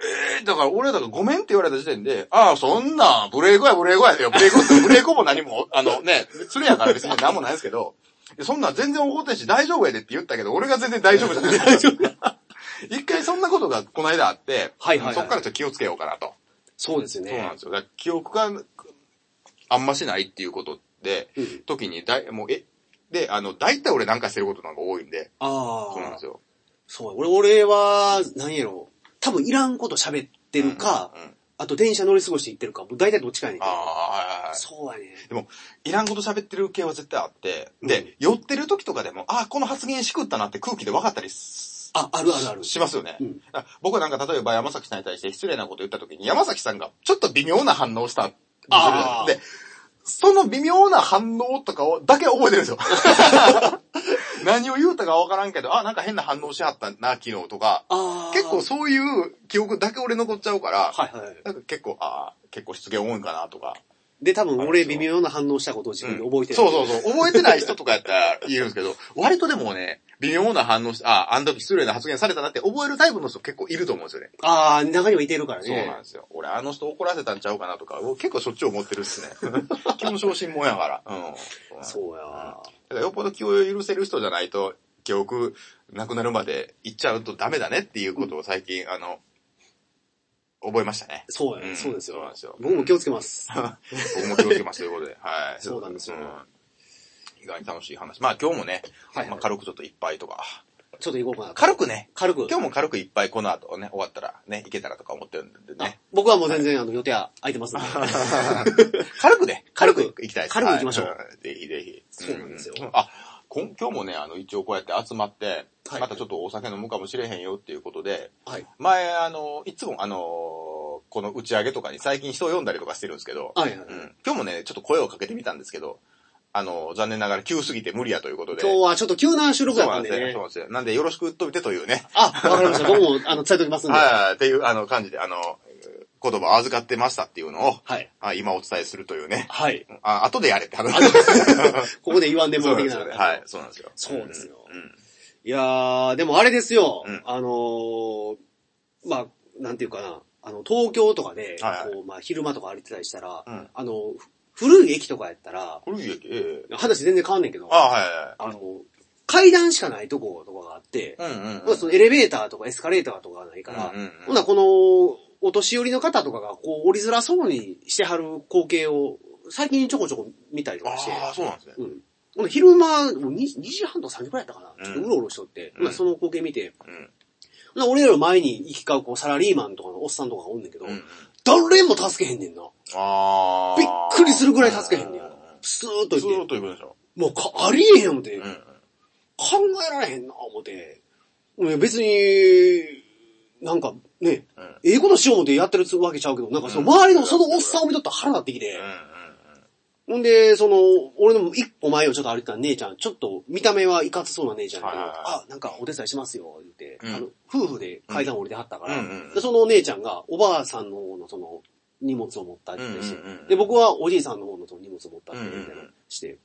Speaker 2: えー、だから俺はだからごめんって言われた時点で、ああ、そんな、ブレーコやブレーコやでよ、ブレーコ、 ブレーコも何も、あのね、それやから別 に何もないですけど、そんなん全然怒ってんし大丈夫やでって言ったけど、俺が全然大丈夫じ ゃない。大丈夫 一回そんなことがこの間あって、
Speaker 1: はいはいはい
Speaker 2: そっからちょっと気をつけようかなと。
Speaker 1: そうですよね。
Speaker 2: そうなんですよ。だから記憶があんましないっていうことで、
Speaker 1: うん
Speaker 2: 時にだい、もう、え、で、あの、大体俺なんかしてることなんか多いんで、
Speaker 1: ああ。
Speaker 2: そうなんですよ。
Speaker 1: そう、俺、俺は、何やろう。多分いらんこと喋ってるか、
Speaker 2: うんうん
Speaker 1: あと電車乗り過ごして行ってるか、もう大体どっちかやねん
Speaker 2: あ
Speaker 1: け
Speaker 2: あ
Speaker 1: ど。、
Speaker 2: はいはいはい。
Speaker 1: そうやね。
Speaker 2: でも、いらんこと喋ってる系は絶対あって、
Speaker 1: うん
Speaker 2: で、酔ってる時とかでも、ああ、この発言しくったなって空気で分かったりす
Speaker 1: あ、あるあるある。
Speaker 2: しますよね。
Speaker 1: うん
Speaker 2: あ僕はなんか例えば山崎さんに対して失礼なこと言った時に、山崎さんがちょっと微妙な反応をしたりするじゃ
Speaker 1: あ
Speaker 2: ない
Speaker 1: ー
Speaker 2: ですか。で、その微妙な反応とかを、だけ覚えてるん ですよ。何を言うたかわからんけど、あ、なんか変な反応しはったな、昨日とか。
Speaker 1: ああ。
Speaker 2: 結構そういう記憶だけ俺残っちゃうから、
Speaker 1: はいはいはい。
Speaker 2: なんか結構、ああ、結構失言多いんかなとか。
Speaker 1: で、多分
Speaker 2: あ
Speaker 1: 俺
Speaker 2: そう
Speaker 1: 微妙な反応したことを自分で覚えてる。
Speaker 2: そうそうそう。覚えてない人とかやったら言うんですけど、 割とでもね、微妙な反応し、あ、あん時失礼な発言されたなって覚えるタイプの人結構いると思うんですよね。
Speaker 1: ああ、中にはいてるからね。
Speaker 2: そうなんですよ。俺あの人怒らせたんちゃうかなとか、結構しょっちゅう思ってるっすね。 気の昇進もんやから。うん。う。
Speaker 1: そうや。
Speaker 2: だからよっぽど気を許せる人じゃないと、記憶なくなるまで行っちゃうとダメだねっていうことを最近、あの、覚えましたね。
Speaker 1: そうや、
Speaker 2: うん
Speaker 1: そうです
Speaker 2: そうな
Speaker 1: よ
Speaker 2: んですよ
Speaker 1: 僕も気をつけます。
Speaker 2: 僕も気をつけますということで。はい。
Speaker 1: そうなんですよ
Speaker 2: 意外に楽しい話。まあ今日もね、
Speaker 1: はいはい
Speaker 2: まあ、軽くちょっと一杯とか。
Speaker 1: ちょっと行こうかな。
Speaker 2: 軽くね。
Speaker 1: 軽く。
Speaker 2: 今日も軽く一杯この後ね、終わったらね、いけたらとか思ってるんでね。
Speaker 1: 僕はもう全然あの予定は空いてますんで。
Speaker 2: 軽くね、軽
Speaker 1: 軽く
Speaker 2: く行きたいです。
Speaker 1: 軽く行きましょう
Speaker 2: はい。んぜひぜひ。
Speaker 1: そうなんですよ
Speaker 2: うあ、こん今日もね、あの、一応こうやって集まって、
Speaker 1: はい
Speaker 2: またちょっとお酒飲むかもしれへんよっていうことで、
Speaker 1: はい。
Speaker 2: 前、あの、いつもあの、この打ち上げとかに最近人を呼んだりとかしてるんですけど、
Speaker 1: はいはいはい
Speaker 2: うん今日もね、ちょっと声をかけてみたんですけど、あの、残念ながら急すぎて無理やということで。
Speaker 1: 今日はちょっと急な収録
Speaker 2: そ
Speaker 1: だ
Speaker 2: う
Speaker 1: っ
Speaker 2: な
Speaker 1: た
Speaker 2: ん
Speaker 1: んで
Speaker 2: ですよ。
Speaker 1: ね
Speaker 2: そう。なんですよ。なんでよろしく言っといてというね。
Speaker 1: あ、わかりました。僕もあの伝えておきますんで。
Speaker 2: はいはいはい、っていう、あの、感じで、あの、言葉を預かってましたっていうのを、
Speaker 1: はい。
Speaker 2: あ今お伝えするというね。
Speaker 1: はい。
Speaker 2: あ、後でやれって話。
Speaker 1: ここで言わんで
Speaker 2: そ
Speaker 1: も
Speaker 2: うなん
Speaker 1: 的
Speaker 2: です
Speaker 1: な
Speaker 2: よね。。はい、そうなんですよ。
Speaker 1: そうですよ
Speaker 2: うん。
Speaker 1: いやー、でもあれですよ。
Speaker 2: うん
Speaker 1: あのー、まあ、なんていうかな。あの、東京とかで、
Speaker 2: はいはい
Speaker 1: こう、まあ、昼間とか歩いてたりしたら、
Speaker 2: うん
Speaker 1: あの、ふ古い駅とかやったら、
Speaker 2: 古い駅、ええ。
Speaker 1: 話全然変わんねんけど、
Speaker 2: あ、は
Speaker 1: あの、階段しかないとことかがあって、
Speaker 2: いはい。うんうん
Speaker 1: まあそのエレベーターとかエスカレーターとかがないから、
Speaker 2: うんうんうん
Speaker 1: ほな、この、お年寄りの方とかが、こう、降りづらそうにしてはる光景を、最近ちょこちょこ見たりとかして、
Speaker 2: ああ、そうなんですね。
Speaker 1: うん。ほな昼間、もう 2, 2時半とか3時くらいだったかな。ちょっとうろうろしとって、
Speaker 2: うん
Speaker 1: ほなその光景見て、
Speaker 2: うん。
Speaker 1: ほな俺らの前に行き交う、こう、サラリーマンとかのおっさんとかがおんねんけど、
Speaker 2: うん
Speaker 1: 誰も助けへんねんな。
Speaker 2: ああ。
Speaker 1: びっくりするぐらい助けへんねん
Speaker 2: う。
Speaker 1: スーっと
Speaker 2: ずー
Speaker 1: 行っ
Speaker 2: っ
Speaker 1: て、
Speaker 2: と行くでしょ。
Speaker 1: もうか、ありえへん思って、
Speaker 2: うんうん。
Speaker 1: 考えられへんな、思って。いや別に、なんか、ね、
Speaker 2: うん。うん。
Speaker 1: ええことしよう思ってやってるわけちゃうけど、なんかその周りのそのおっさんを見とったら腹立ってきて
Speaker 2: うん。、
Speaker 1: ほんで、その、俺の一歩前をちょっと歩いてた姉ちゃん、ちょっと見た目はいかつそうな姉ちゃんやけど、
Speaker 2: はいはいは
Speaker 1: あ、なんかお手伝いしますよ、言って、
Speaker 2: うん
Speaker 1: あの、夫婦で階段降りてはったから、
Speaker 2: うんうんうん
Speaker 1: でそのお姉ちゃんがおばあさんの方のその、荷物を持ったりして、
Speaker 2: うんうんうん
Speaker 1: で、僕はおじいさんの方のその荷物を持ったりみたいな
Speaker 2: うんうんうん
Speaker 1: して、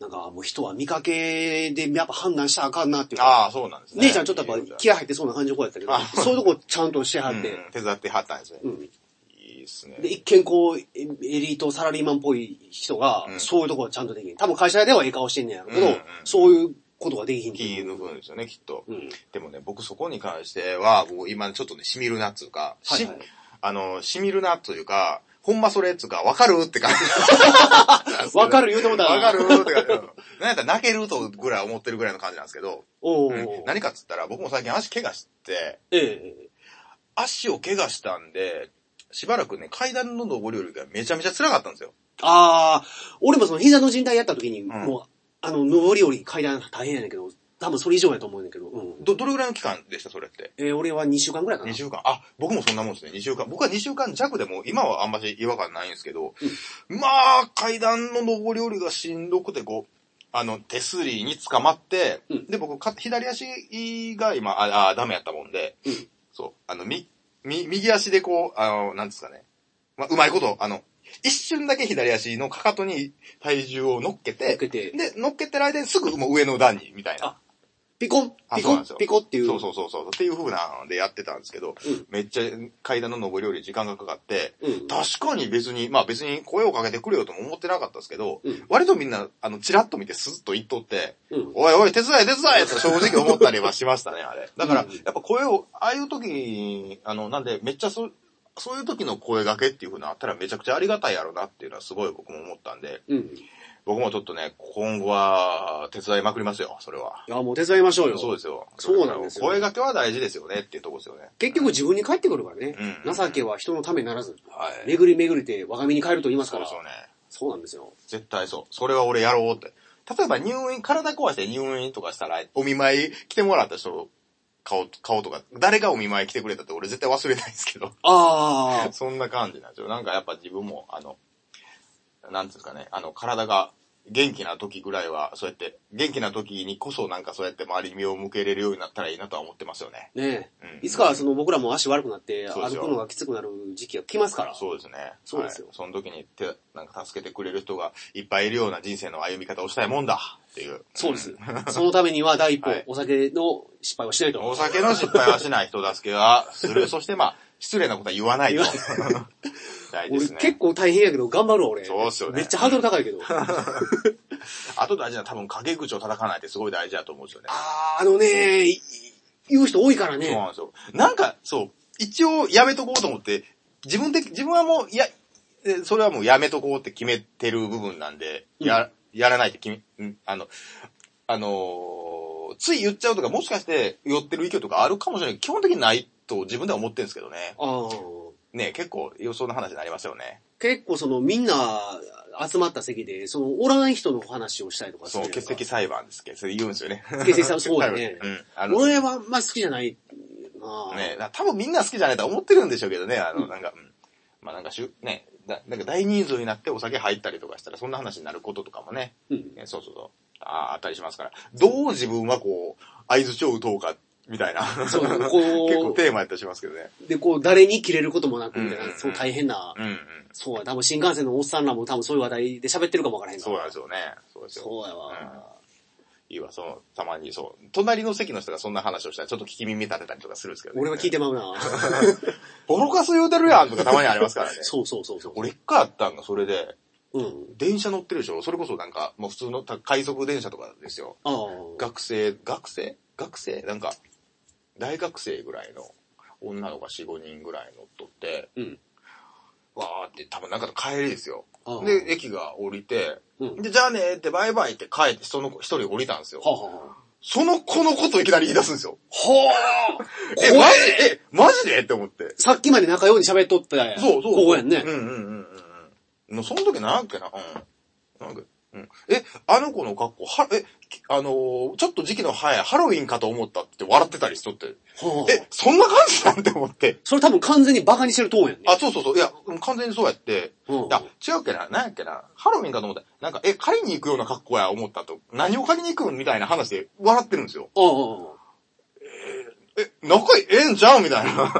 Speaker 1: なんかもう人は見かけでやっぱ判断したらあかんなっていうか、
Speaker 2: ああ、そうなんですね。
Speaker 1: 姉ちゃんちょっとやっぱ気合入ってそうな感じの子やったけど
Speaker 2: あ、
Speaker 1: そういうとこちゃんとしてはって、
Speaker 2: うん手伝ってはったんですね。
Speaker 1: うん
Speaker 2: いいですね。
Speaker 1: で、一見こう、エエリートサラリーマンっぽい人が
Speaker 2: う、ん
Speaker 1: そういうところちゃんとできん。多分会社ではええ顔してんねやろうけど、
Speaker 2: うんうん
Speaker 1: そういうことができひんって
Speaker 2: 気
Speaker 1: いう。
Speaker 2: 抜くんですよね、きっと。
Speaker 1: うん。
Speaker 2: でもね、僕そこに関しては、僕今ちょっとね、しみるなっつうか、し、
Speaker 1: はいはい
Speaker 2: あの、しみるなというか、ほんまそれっつうか、わかるって感じ。
Speaker 1: わかる言うてもだ
Speaker 2: わかるって感じ。うんなんやったら泣けるとぐらい思ってるぐらいの感じなんですけど、
Speaker 1: おお、
Speaker 2: うん何かっつったら僕も最近足怪我して、
Speaker 1: ええ
Speaker 2: 足を怪我したんで、しばらくね、階段の上り下りがめちゃめちゃ辛かったんですよ。
Speaker 1: ああ、俺もその膝の靭帯やった時に、
Speaker 2: ん
Speaker 1: もう、あの、上り下り階段大変やねんけど、多分それ以上やと思うねんだけど、うん。
Speaker 2: ど、どれぐらいの期間でした、それって。
Speaker 1: えー俺は2週間ぐらいかな
Speaker 2: 2。週間。あ、僕もそんなもんですね。2週間。僕は2週間弱でも、今はあんまり違和感ないんですけど、まあ、階段の上り下りがしんどくて、こう、あの、手すりに捕まって、
Speaker 1: うん
Speaker 2: で、僕か、左足が今、ああ、ダメやったもんで、
Speaker 1: うん
Speaker 2: そう、あの、み、み、右足でこう、あの、なんですかね。まあ、うまいこと、あの、一瞬だけ左足のかかとに体重を乗っけて、
Speaker 1: 乗っけて
Speaker 2: で、乗っけてる間にすぐもう上の段に、みたいな。
Speaker 1: あピコン、
Speaker 2: あ
Speaker 1: ピ
Speaker 2: そう
Speaker 1: コ
Speaker 2: なん
Speaker 1: ン
Speaker 2: ですよ、
Speaker 1: ピコンっていう。
Speaker 2: そうそうそうそう。っていう風なのでやってたんですけ
Speaker 1: う
Speaker 2: ど、
Speaker 1: ん
Speaker 2: めっちゃ階段の上りより時間がかかって、
Speaker 1: うん
Speaker 2: 確かに別に、まあ別に声をかけてくれよとも思ってなかったですけど、
Speaker 1: うん
Speaker 2: 割とみんな、あの、チラッと見てスッと言っとって、
Speaker 1: うん
Speaker 2: おいおい、手伝え手伝えと正直思ったりはしましたね、あれ。だから、
Speaker 1: うん
Speaker 2: やっぱ声を、ああいう時に、あの、なんで、めっちゃそ、そういう時の声掛けっていう風なのあったらめちゃくちゃありがたいやろなっていうのはすごい僕も思ったんで、
Speaker 1: うん。い
Speaker 2: 僕もちょっとね、今後は手伝いまくりますよ、それは。
Speaker 1: や、もう手伝いましょうよ。
Speaker 2: そうですよ。
Speaker 1: そうなんですよ
Speaker 2: 声掛けは大事ですよねっていうとこですよね。
Speaker 1: 結局自分に返ってくるからね。
Speaker 2: うん
Speaker 1: 情けは人のためにならず。
Speaker 2: はい。
Speaker 1: 巡り巡りて我が身に帰ると言います
Speaker 2: そ
Speaker 1: か
Speaker 2: うで
Speaker 1: ら。
Speaker 2: すよね。
Speaker 1: そうなんですよ。
Speaker 2: 絶対そう。それは俺やろうって。例えば入院、体壊して入院とかしたら、お見舞い来てもらった人の顔、顔とか、誰がお見舞い来てくれたって俺絶対忘れないですけど。
Speaker 1: ああ。
Speaker 2: そんな感じなんですよ。なんかやっぱ自分も、あの、なんつうんですかね、あの、体が元気な時ぐらいは、そうやって、元気な時にこそなんかそうやって周りに目を向けれるようになったらいいなとは思ってますよね。
Speaker 1: ねえ、
Speaker 2: うん
Speaker 1: いつかはその僕らも足悪くなって
Speaker 2: そうです
Speaker 1: 歩
Speaker 2: よ
Speaker 1: くのがきつくなる時期が来ますから。
Speaker 2: そうですね。
Speaker 1: そうですよ
Speaker 2: はいその時に手、なんか助けてくれる人がいっぱいいるような人生の歩み方をしたいもんだっていう。
Speaker 1: そうです。 そのためには第一歩、
Speaker 2: はい
Speaker 1: お酒の失敗はしないと。
Speaker 2: お酒の失敗はしない人助けはす る。そしてまあ、失礼なことは言わないと。 大事
Speaker 1: 俺
Speaker 2: ですね。
Speaker 1: 結構大変やけど頑張るわ俺。
Speaker 2: そうっすよね
Speaker 1: めっちゃハードル高いけ ど。あ
Speaker 2: あと大事なのは多分陰口を叩かないってすごい大事だと思うんですよね。
Speaker 1: あ、あのね、い言う人多いから
Speaker 2: そうなん
Speaker 1: ね。
Speaker 2: ですよ。なんか、そう、一応やめとこうと思って、自分的、自分はもう、いや、えそれはもうやめとこうって決めてる部分なんで、や、やらないって決め、うんあの、あのーつい言っちゃうとか、もしかして寄ってる意見とかあるかもしれない。基本的にないと自分では思ってるんですけどね。
Speaker 1: ああ。
Speaker 2: ね結構予想の話になりますよね。
Speaker 1: 結構そのみんな集まった席で、そのおらん人の話をしたりとかす
Speaker 2: そ
Speaker 1: る
Speaker 2: う、
Speaker 1: やんか
Speaker 2: 欠席裁判ですけど、それ言うんですよね。。
Speaker 1: 欠席さ、そうだね
Speaker 2: うん。あの、ね、
Speaker 1: 俺はあんま好きじゃないなあ。
Speaker 2: だ多分みんな好きじゃないと思ってるんでしょうけどね、あの、なんか、うん。まあなんかしゅ、ね、だなんか大人数になってお酒入ったりとかしたら、そんな話になることとかもね、
Speaker 1: うん。
Speaker 2: ねそうそうそう、ああ、あったりしますから、どう自分はこう、合図を打とうか、みたいな。
Speaker 1: そう
Speaker 2: 結
Speaker 1: こう
Speaker 2: 構テーマやったりしますけどね。
Speaker 1: で、こう、誰に切れることもなく、みたい
Speaker 2: うんうんう
Speaker 1: な、
Speaker 2: ん
Speaker 1: そう大変な
Speaker 2: う、んうん。
Speaker 1: そうや、多分新幹線のおっさんらも多分そういう話題で喋ってるかもわからへんか
Speaker 2: そう
Speaker 1: ら。
Speaker 2: なんですよね。そうですよ。
Speaker 1: そうや
Speaker 2: うん
Speaker 1: わ。
Speaker 2: いいわ、その、たまにそう。隣の席の人がそんな話をしたら、ちょっと聞き耳立てたりとかするんですけど、ね。
Speaker 1: 俺は聞いてまう な。。
Speaker 2: ボロカス言うてるやんとかたまにありますからね
Speaker 1: そうそう そうそう。
Speaker 2: 俺一回あったんが、それで、
Speaker 1: うん。
Speaker 2: 電車乗ってるでしょそれこそなんか、もう普通のた快速電車とかですよ。
Speaker 1: ああ。
Speaker 2: 学生、学生学生なんか、大学生ぐらいの女の子が4、5人ぐらい乗っとって、
Speaker 1: うん。
Speaker 2: わーって多分なんかの帰りですよ
Speaker 1: あ。あ
Speaker 2: で、駅が降りて、
Speaker 1: うん
Speaker 2: で、じゃあねーってバイバイって帰って、その子一人降りたんですよ。
Speaker 1: はあはあ。
Speaker 2: その子のこといきなり言い出すんですよ。
Speaker 1: はあ
Speaker 2: え、マジえ、マジでって思って。
Speaker 1: さっきまで仲良いに喋っとったやん
Speaker 2: そうそう。
Speaker 1: ここやんね
Speaker 2: う。んうんうんうんうん。のその時なんやっけな、うん。なんか、うんえ、あの子の格好、は、え、きあのーちょっと時期の早いハロウィンかと思ったって笑ってたりしとって。
Speaker 1: はあ
Speaker 2: え、そんな感じなんて思って。
Speaker 1: それ多分完全にバカにしてるトーンやんね。
Speaker 2: あ、そうそうそう。いや、うん完全にそうやって。
Speaker 1: うん
Speaker 2: いや、違うっけな、なんやっけな。ハロウィンかと思った。なんか、え、借りに行くような格好や思ったと。何を借りに行くんみたいな話で笑ってるんですよ。
Speaker 1: うんうんうん
Speaker 2: え、仲ええんちゃうみたいな。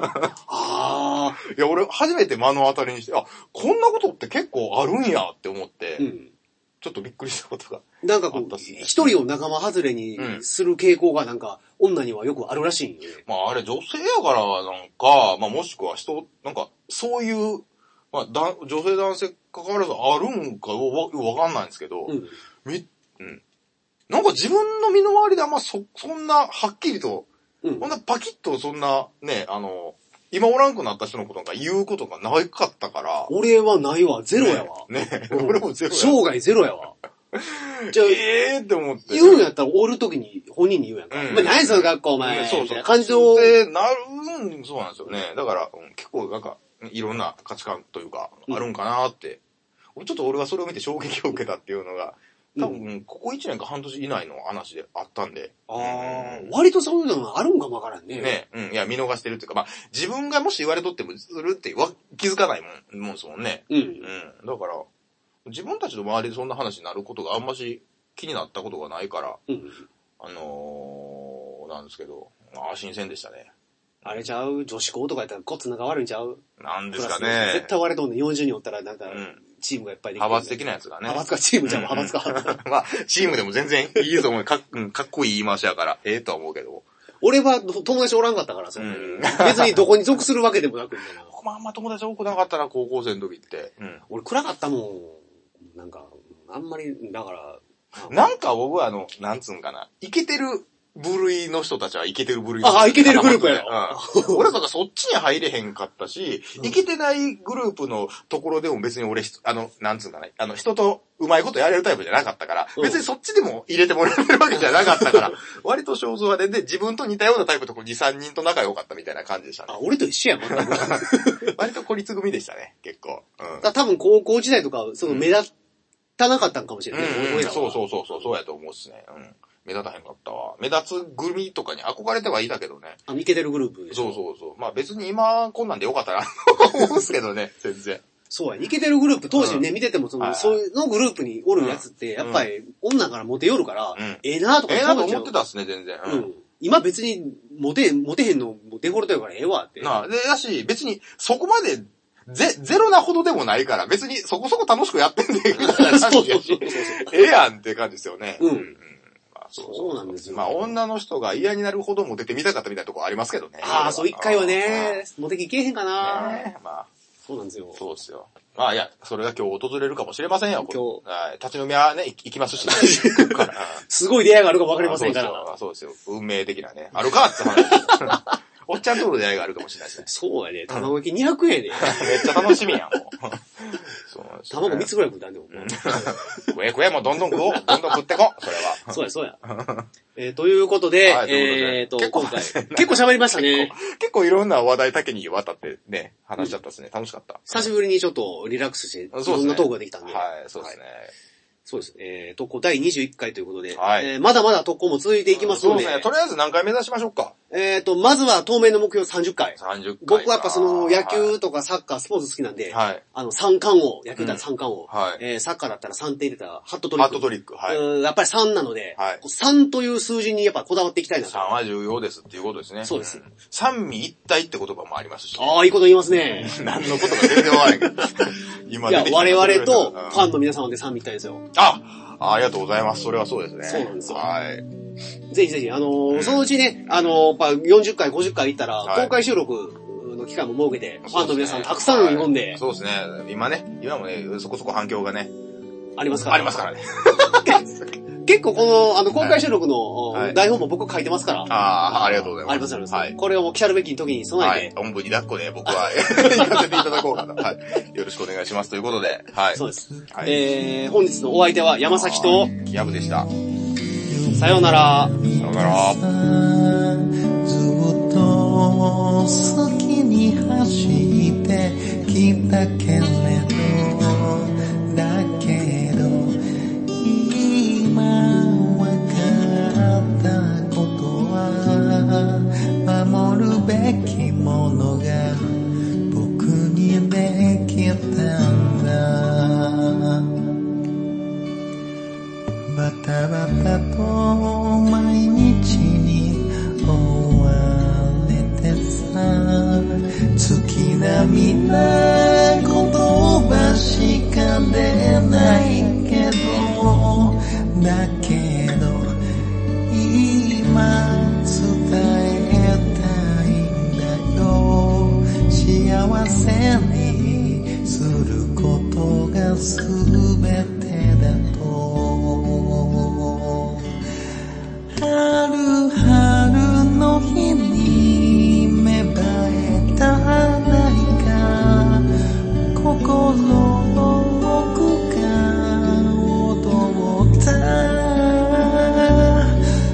Speaker 1: ああ、
Speaker 2: いや、俺、初めて目の当たりにして、あ、こんなことって結構あるんやって思って、
Speaker 1: うん。
Speaker 2: ちょっとびっくりしたことが。
Speaker 1: なんかこ
Speaker 2: あっ
Speaker 1: う
Speaker 2: たっすね、
Speaker 1: 一人を仲間外れにする傾向がなんか、女にはよくあるらしいんよね。
Speaker 2: まあ、あれ、女性やからなんか、まあ、もしくは人、なんか、そういう、まあ、だ女性男性関わらずあるんかわ、わかんないんですけど、
Speaker 1: うん。
Speaker 2: み、うん。なんか自分の身の回りであんまそ、そんな、はっきりと、
Speaker 1: うん
Speaker 2: こん。なパキッとそんな、ね、あの、今おらんくなった人のことなんか言うことがなかったから。
Speaker 1: 俺はないわ、ゼロやわ。
Speaker 2: ねね
Speaker 1: うん
Speaker 2: 俺もゼロや。
Speaker 1: 生涯ゼロや わ。じゃあ、
Speaker 2: ええー、って思って。
Speaker 1: 言うんやったら、おるときに本人に言うやんか。
Speaker 2: うん
Speaker 1: まあ、何その学校お
Speaker 2: ね
Speaker 1: 前。
Speaker 2: そう
Speaker 1: みた
Speaker 2: そ。
Speaker 1: いうな感情を。
Speaker 2: で、なるん、そうなんですよね。だから、うん結構なんか、いろんな価値観というか、
Speaker 1: うん
Speaker 2: あるんかなって。俺ちょっと俺はそれを見て衝撃を受けたっていうのが、多分、ここ1年か半年以内の話であったんで。
Speaker 1: ああ
Speaker 2: うん、
Speaker 1: 割とそういうのがあるんかもわからんね。
Speaker 2: ね、うん、いや、見逃してるっていうか、まあ、自分がもし言われとっても、するってわ気づかないもん、もんですもんね。
Speaker 1: うん。
Speaker 2: うん。だから、自分たちの周りでそんな話になることがあんまし気になったことがないから、
Speaker 1: うん。
Speaker 2: あのー、なんですけど、ああ、新鮮でしたね。
Speaker 1: あれちゃう女子校とかやったらこっつ仲悪いんちゃう
Speaker 2: なんですか
Speaker 1: クラスの人
Speaker 2: ね
Speaker 1: 絶。対割れとんねん40人おったらなんか
Speaker 2: うん、
Speaker 1: チームがいっぱいできて
Speaker 2: 派
Speaker 1: る
Speaker 2: 閥的なやつがね。
Speaker 1: 派閥か、チームじゃん、
Speaker 2: うん
Speaker 1: 派閥か。
Speaker 2: まあ、チームでも全然いいと思う。かっうんかっこいい言い回しやから、ええとは思うけど。
Speaker 1: 俺は友達おらんかったから、そんなに
Speaker 2: うん
Speaker 1: 別にどこに属するわけでもなくみたいな。
Speaker 2: まあ、あんま友達多くなかったら、高校生の時って。うん。
Speaker 1: 俺暗かったもん。なんか、あんまり、だから。
Speaker 2: なんか僕はあの、なんつうんかな、イケてる部類の人たちはイケてる部類
Speaker 1: ああイケてるグループや
Speaker 2: うん俺とかそっちに入れへんかったし、
Speaker 1: うん
Speaker 2: イケてないグループのところでも別に俺ひ、あの、なんつうんかな、あの、人とうまいことやれるタイプじゃなかったから、
Speaker 1: うん
Speaker 2: 別にそっちでも入れてもらえるわけじゃなかっ たから、割と少数派で、で、自分と似たようなタイプとこう2、3人と仲良かったみたいな感じでしたね
Speaker 1: あ、。俺と一緒やん、全く
Speaker 2: 割と孤立組でしたね、結構。うん。
Speaker 1: だ多分高校時代とか、その目立たなかったんかもしれない。
Speaker 2: うんう
Speaker 1: 俺
Speaker 2: ん、
Speaker 1: らは
Speaker 2: そうそうそうそう、そうやと思うっすね。うん。目立たへんかったわ。目立つ組とかに憧れてはいたけどね。
Speaker 1: あの、イケてるグループでしょ
Speaker 2: そうそうそう。まあ別に今こんなんでよかったな、と 思うんすけどね、全 然。
Speaker 1: そうや、イケてるグループ、当時ね、見てても、そ
Speaker 2: はい
Speaker 1: の、
Speaker 2: はい
Speaker 1: そういうのグループにおるやつって、やっぱり、女からモテよるから
Speaker 2: うん、
Speaker 1: ええなとか
Speaker 2: ええなと思って
Speaker 1: た。
Speaker 2: たっすね、全然。
Speaker 1: う。ん。今別に、モテ、モテへんの、もうデフォルトやからええわって。
Speaker 2: なあ、で、だし、別にそこまで、ゼ、ゼロなほどでもないから、別にそこそこ楽しくやってんねんみたいな
Speaker 1: そ
Speaker 2: 感
Speaker 1: うそう
Speaker 2: じや
Speaker 1: そ
Speaker 2: し
Speaker 1: う。そう。
Speaker 2: ええやんって感じですよね。
Speaker 1: うん
Speaker 2: まあ
Speaker 1: そうなんですよ
Speaker 2: まあ女の人が嫌になるほども出てみたかったみたいなとこありますけどね。
Speaker 1: ああ、そう、一回は
Speaker 2: うん
Speaker 1: ね、モテきけえへんかな
Speaker 2: ねえまあ、
Speaker 1: そうなんですよ。
Speaker 2: そうですよ。まあいや、それが今日訪れるかもしれませんよ、
Speaker 1: 今日
Speaker 2: 日。はい立ち飲みはね、行行きます し、行くから
Speaker 1: すごい出会いがあるかわかりませんか
Speaker 2: あ
Speaker 1: ら。
Speaker 2: そうですよ。そうですよ運命的なね。あるかって話。 おっちゃんとの出会いがあるかもしれないですね。
Speaker 1: そうやね、卵焼き200円で。
Speaker 2: めっちゃ楽しみやん、もう。そうなんですよね
Speaker 1: 卵3つぐらい食ったんでも。
Speaker 2: 食え食え、もうどんどん食おう。どんどん食ってこ、それは。
Speaker 1: そうや、そうや。えーということで、
Speaker 2: はいと
Speaker 1: え
Speaker 2: いう
Speaker 1: ー、
Speaker 2: こととで
Speaker 1: 今回、結構喋りましたね。
Speaker 2: 結構いろんな話題だけにわたってね、話しちゃったですね。楽しかった。
Speaker 1: 久しぶりにちょっとリラックスして、い
Speaker 2: そうですね
Speaker 1: ろんなトークができたんで。
Speaker 2: はい、そうですね。
Speaker 1: そうです。えー、特攻第21回ということで、
Speaker 2: はい
Speaker 1: えーまだまだ特攻も続いていきます
Speaker 2: そ
Speaker 1: の
Speaker 2: う
Speaker 1: で、
Speaker 2: ですね。とりあえず何回目指しましょうか。
Speaker 1: えーと、まずは当面の目標30回。
Speaker 2: 30回か。
Speaker 1: 僕はやっぱその野
Speaker 2: は
Speaker 1: 球とかサッカー、スポーツ好きなんで、
Speaker 2: い。はい。
Speaker 1: あの、三冠王、野球だったら三冠王、
Speaker 2: はい
Speaker 1: えーサッカーだったら3点入れたらハットトリ
Speaker 2: ハ
Speaker 1: ッ
Speaker 2: ッ
Speaker 1: ク。
Speaker 2: トトリック。はい。
Speaker 1: うんやっぱり3なので、
Speaker 2: はい
Speaker 1: 3という数字にやっぱこだわっていきたいなと
Speaker 2: 3。は重要ですっていうことですね。
Speaker 1: そうです
Speaker 2: ん。三味一体って言葉もありますし、ね。
Speaker 1: ああ、いいこと言いますね。
Speaker 2: 何のことか全然わからないけど。今
Speaker 1: いや
Speaker 2: 出て、きた
Speaker 1: 我々と
Speaker 2: うん
Speaker 1: ファンの皆様で3みたいですよ。
Speaker 2: あ、ありがとうございます。それはそうですね。
Speaker 1: そうなんですよ
Speaker 2: はい。
Speaker 1: ぜひぜひ、あのーそのうちね、あのー、やっぱ40回、50回いったら、
Speaker 2: はい
Speaker 1: 公開収録の期間も設けて、ファンの皆さんたくさん読んで
Speaker 2: そうですね。今ね、今もね、そこそこ反響がね、
Speaker 1: ありますから。
Speaker 2: ありま すからね。
Speaker 1: 結構この、あの、公開収録の、
Speaker 2: はい
Speaker 1: 台本も僕書いてますから。
Speaker 2: ああ、ありがとうございま
Speaker 1: あ
Speaker 2: す。
Speaker 1: りますあります。
Speaker 2: はい。
Speaker 1: これをもう来たるべき時に
Speaker 2: は
Speaker 1: 備え
Speaker 2: い
Speaker 1: て、。
Speaker 2: おんぶに抱っこで僕は 行かせていただこうかな。はい。よろしくお願いします。ということで、はい。
Speaker 1: そうです。
Speaker 2: はい
Speaker 1: えー、本日のお相手は山崎と、
Speaker 2: ヤブでした。
Speaker 1: さようなら。
Speaker 2: さようなら。
Speaker 3: ずっと好きに走ってきたけれどだけど涙言葉しか出ないけどだけど今伝えたいんだよ幸せにすることが全てだと春春の日に芽生えた何か心の奥が踊った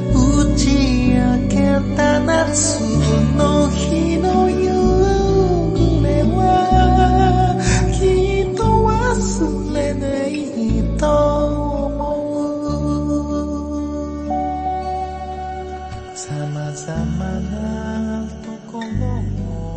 Speaker 3: 打ち明けた夏の日の夕暮れはきっと忘れないと思う様々なところを